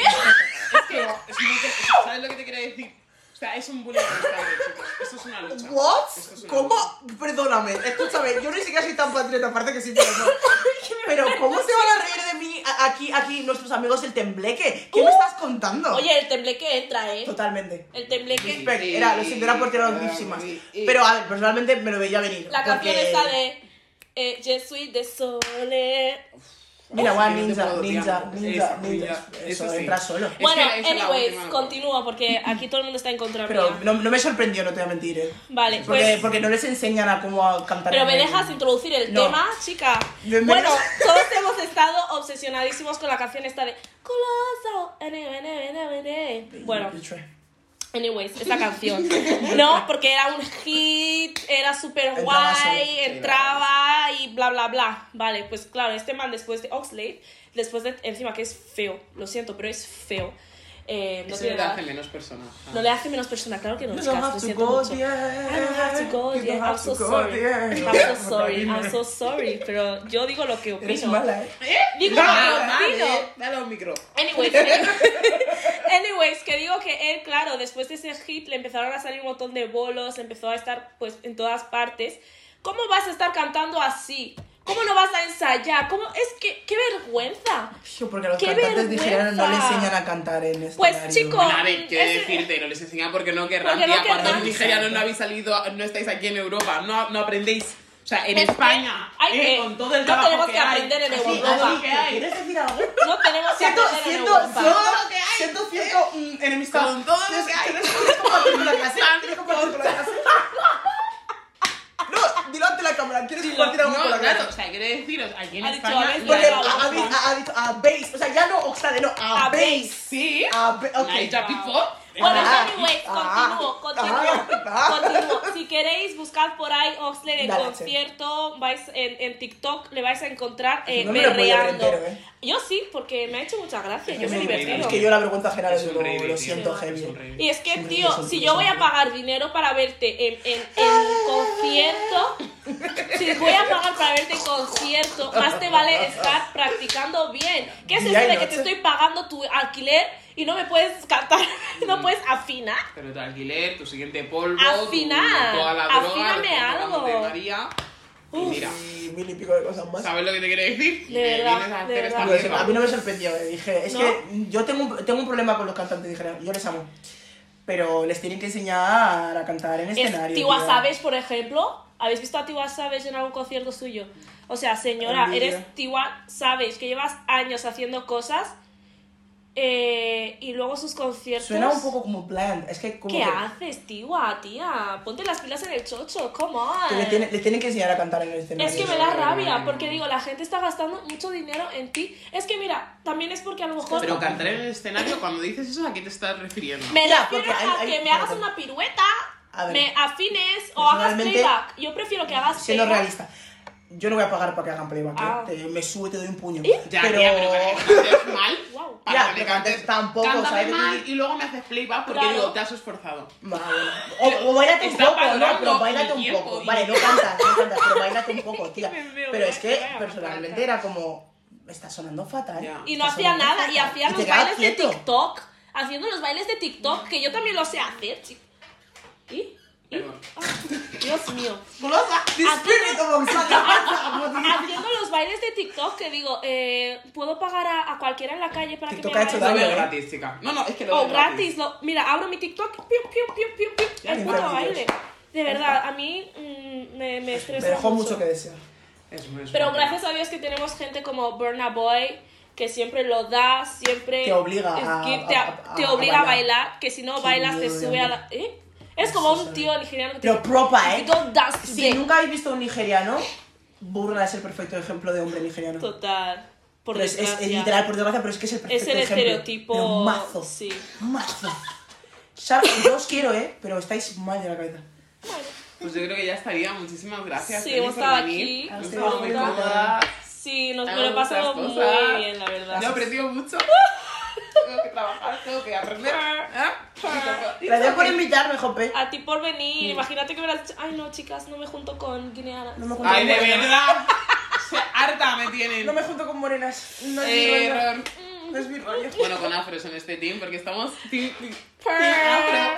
B: Es que, es muy que- ¿sabes lo que te quería decir? O sea, es un bullying constante, chicos. Esto es una lucha.
D: ¿What?
B: Esto es una
D: ¿Cómo?
B: lucha.
D: Perdóname, escúchame, yo ni siquiera soy tan patriota, aparte que sí, pero no. Pero, ¿cómo se van a reír de mí a- aquí, aquí, nuestros amigos el tembleque? ¿Qué me estás contando?
C: Oye, eh, el tembleque entra, ¿eh?
D: Totalmente.
C: El tembleque.
D: Respect, era, lo siento, era por tirar los gifsimas. Pero, a ver, personalmente me lo veía venir.
C: La canción
D: porque-
C: está de. Eh, je suis désolé.
D: Mira,
B: Uf,
D: guau,
B: yo no te
D: ninja,
B: puedo, tía.
D: ninja, ninja,
B: Esa,
D: ninja.
B: eso
D: Eso,
B: sí.
D: entra solo.
B: que
C: Bueno,
B: esa es la
C: anyways,
B: última.
C: continúa porque aquí todo el mundo está en contra
D: Pero
C: mía.
D: no, no me sorprendió, no te voy a mentir, ¿eh?
C: Vale,
D: Porque,
C: pues.
D: porque no les enseñan a cómo a cantar.
C: Pero
D: en
C: me
D: el-
C: dejas introducir el
D: No.
C: tema, chica.
D: Me- me-
C: Bueno, todos hemos estado obsesionadísimos con la canción esta de. Culoso. ene, ene, ene, ene". Bueno. Anyways, esta canción. No, porque era un hit, era súper
D: Entraba
C: guay,
B: solo.
C: entraba y bla, bla, bla. Vale, pues claro, este man después de Oxlade, después de, encima que es feo, lo siento, pero es feo. Eh, no,
B: Eso
C: tiene
B: le
C: nada-
B: hace menos personas.
C: no le hace menos persona, claro que no,
D: You
C: chicas,
D: don't
C: lo
D: have to
C: siento
D: go
C: mucho.
D: there.
C: I don't have to go
D: You
C: there,
D: don't
C: I'm
D: have
C: so
D: to go
C: sorry.
D: there.
C: I'm so sorry, I'm so sorry, pero yo digo lo que
D: Eres
C: opino.
D: mala,
B: Ah.
D: ¿eh?
C: Digo
B: No,
C: lo que
B: dale,
C: opino.
B: dale a un micro.
C: Anyways, que- anyways, que digo que él, claro, después de ese hit le empezaron a salir un montón de bolos, empezó a estar pues en todas partes. ¿Cómo vas a estar cantando así? ¿Cómo no vas a ensayar? ¿Cómo? Es que, qué vergüenza.
D: Hijo, Porque los
C: ¡Qué
D: cantantes dijeron no le
C: vergüenza!
D: enseñan a cantar en este
C: Pues, chico,
B: Bueno, a ver, qué
C: Ese-
B: decirte, no les enseñan porque no querrán,
C: Porque no
B: tía, cuando
C: querrán.
B: en Nigeria no, no habéis salido, no estáis aquí en Europa, no, no aprendéis. O O sea, en
C: Es que
B: España,
C: hay
B: eh,
C: que-
B: con todo el
C: no
B: trabajo
C: tenemos que
B: hay,
C: aprender en
B: así,
C: Europa.
B: así que hay.
D: ¿Quieres decir algo?
C: No tenemos que
D: Siento,
C: aprender en
D: siento,
C: Europa.
D: siento,
B: lo que hay.
D: siento cierto mm, enemistad.
B: Con todo lo que hay.
D: ¿Quieres compartir con la clase? ¿Quieres compartir con la clase? No, dilo ante la cámara. ¿Quieres compartir algo con
B: No,
D: la
B: claro,
D: clase?
B: o sea, quiero deciros, aquí en
C: Ha dicho
B: España...
C: Abel,
B: la-
D: Porque
C: Claro.
D: a, a, Base- a, a, dicho a base, o sea, ya no Oxade, no, a,
C: A
D: base.
C: base.
B: Sí,
D: A base, ok.
B: la hecha
C: Wow.
B: pipo.
C: Bueno,
D: Ah,
C: anyway,
D: ah,
C: continúo,
D: ah,
C: continúo,
D: ah.
C: continúo. Si queréis, buscad por ahí Oxley en
D: Dale,
C: concierto, vais en, en TikTok, le vais a encontrar eh,
D: No me lo voy a ver
C: berreando.
D: entero, ¿eh?
C: Yo sí, porque me ha hecho mucha gracia, yo
B: Es
C: me
B: un
C: divertí.
B: rey,
D: Es que yo la vergüenza general
B: Es
D: es
B: un
D: lo,
B: rey,
D: lo
B: tío.
D: siento
C: Es
D: heavy.
B: un rey.
C: Y es que,
D: Siempre
C: tío,
D: son
C: si
D: cosas
C: yo voy a
D: muy
C: pagar dinero para verte en, en,
D: Ah.
C: en concierto, si voy a pagar para verte en concierto, más te vale estar practicando bien. ¿Qué es
D: Día
C: eso
D: y
C: de que te
D: noche.
C: estoy pagando tu alquiler y no me puedes cantar,
D: Mm.
C: no puedes afinar?
B: Pero tu alquiler, tu siguiente polvo,
C: Afinar,
B: tu- toda la droga,
C: afíname
B: los programas
C: algo.
B: de María. Y
D: Uf,
B: mira,
D: Y mil y pico de cosas más.
B: ¿sabes lo que te quiero decir?
C: De
B: Que
C: verdad,
B: vienes a
C: de
B: hacer esta
C: verdad.
D: Pues,
B: mierda.
D: a mí no me sorprendió, eh, dije, es
C: ¿No?
D: que yo tengo un, tengo un problema con los cantantes, dije, yo les amo, pero les tienen que enseñar a cantar en escenario.
C: Es Tiwa
D: tío.
C: Savage, por ejemplo. ¿Habéis visto a Tiwa Savage en algún concierto suyo? O sea, señora,
D: Envidia.
C: eres Tiwa Savage, que llevas años haciendo cosas eh, y luego sus conciertos...
D: Suena un poco como bland, es que como
C: ¿Qué
D: que-
C: haces, Tiwa, tía? Ponte las pilas en el chocho, come on.
D: que le, tiene- le tienen que enseñar a cantar en el escenario.
C: Es que me
B: Ay,
C: da
B: ay, ay.
C: rabia, porque digo, la gente está gastando mucho dinero en ti. Es que mira, también es porque a lo mejor...
B: Pero cantar en el escenario, cuando dices eso, ¿a qué te estás refiriendo?
C: Me
D: Ya,
C: refiero
D: porque hay-
C: a
D: hay-
C: que me hagas una pirueta,
D: A ver.
C: me afines o hagas
D: Personalmente,
C: playback. Yo prefiero que hagas
D: Siendo
C: playback.
D: realista, yo no voy a pagar para que hagan playback, eh.
C: Ah. ¿Eh?
D: Te- me sube, te doy un puño.
B: Ya, tía, pero para que cantes mal,
C: Wow.
B: para
D: Ya,
B: que
D: pero
B: cantes
D: tampoco,
B: cántame
D: ¿sabes?
B: mal y luego me haces playback porque
C: Claro.
B: digo, te has esforzado.
D: Vale. O, o bailate un
B: Está
D: poco, ¿no?
B: valorando
D: Pero bailate
B: mi
D: un
B: tiempo
D: poco.
B: y-
D: Vale, no cantas, no cantas, pero bailate un poco, tía.
C: Me veo,
D: Pero es
C: me
D: que
C: veo,
D: personalmente
C: me
D: era como. Me está sonando fatal.
B: Ya.
C: Y no
D: Está
C: hacía
D: sonando
C: nada,
D: fatal.
C: y hacía
D: te
C: los
D: quedabas
C: bailes de
D: quieto.
C: TikTok. Haciendo los bailes de TikTok, que yo también lo sé hacer, chico. ¿Y? ¿Y?
B: Perdón.
C: Ah, Dios mío.
D: Golosa, the spirit of Oaxaca.
C: Haciendo los bailes de TikTok, que digo, eh, puedo pagar a, a cualquiera en la calle para
D: TikTok
C: que
D: ha
C: me
D: hecho
B: Lo
D: daño.
C: haga
B: veo
D: ¿eh?
B: gratis, chica. No, no, es que
C: eso.
B: lo
C: O
B: veo gratis.
C: gratis. lo- mira, abro mi TikTok, piu, piu, piu, piu, piu.
D: Ya,
C: El
D: ni
C: puto
D: más vídeos.
C: baile. De verdad, a mí mm, me, me
D: Me
C: estresa
D: dejó mucho que desear.
B: Es muy- es
C: Pero
B: muy-
C: gracias a Dios que tenemos gente como Burna Boy, que siempre lo da, siempre...
D: Te obliga a-
C: que te,
D: a- a-
C: te
D: a
C: obliga a
D: bailar.
C: bailar, que si no
D: Qué
C: bailas te
D: miedo de
C: sube a
D: amor.
C: la... ¿eh? Es como
D: Sí,
C: un
D: sí.
C: tío nigeriano que te
D: Pero propa, ¿eh?
C: "You don't dance
D: Si
C: today".
D: nunca habéis visto un nigeriano, Burna es el perfecto ejemplo de hombre nigeriano.
C: Total. Por
D: Pero Pues es, es- es
C: desgracia.
D: literal, por desgracia, pero es que es el perfecto
C: el
D: ejemplo.
C: estereotipo,
D: Pero mazo.
C: sí.
D: Mazo. Sharp, yo os quiero, ¿eh? Pero estáis mal de la cabeza.
B: Pues yo creo que ya estaría. Muchísimas gracias.
C: Sí,
B: Jenny,
C: hemos
B: por
C: estado
B: venir.
C: aquí.
B: Hemos
D: Sí,
B: estado muy
D: hemos estado-
B: cómodas.
C: Sí, nos, me
B: Hago
C: lo he pasado
B: muchas
C: muy
B: cosas.
C: bien, la verdad.
B: Yo he aprendido mucho. tengo que trabajar, tengo que aprender. ¿eh?
D: Gracias por invitarme, Jope.
C: A ti por venir. Imagínate que me hubieras dicho, ay no, chicas, no me junto con guineanas.
D: No me junto
B: Ay,
D: con
B: de
D: morenas.
B: verdad. O sea, harta me tienen.
D: No me junto con morenas. No es mi
B: Eh,
D: rollo.
B: error.
D: No es mi rollo.
B: Bueno, con afros en este team, porque estamos. team- team- team afro.
C: ah,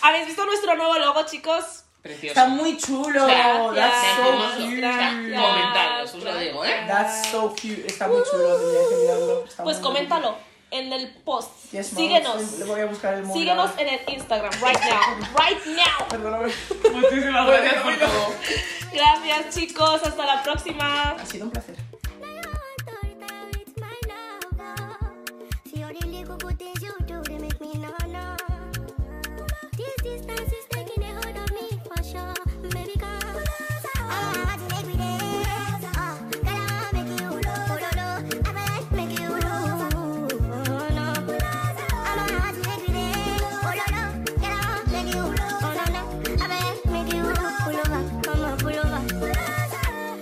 C: ¿Habéis visto nuestro nuevo logo, chicos?
B: Precioso.
D: Está muy chulo.
C: Gracias.
D: That's so
B: Hermoso.
D: cute.
B: O sea, comentarios, os lo digo, ¿eh?
D: That's so cute. Está muy chulo. tenéis que mirarlo. Está
C: Pues
D: muy
C: coméntalo en el post.
D: Yes, mom.
C: Síguenos.
D: Le voy a buscar el móvil.
C: Síguenos
D: ahora.
C: en el Instagram right now. Right now.
D: Perdóname.
B: Muchísimas gracias por todo.
C: Gracias, chicos. Hasta la próxima.
D: Ha sido un placer.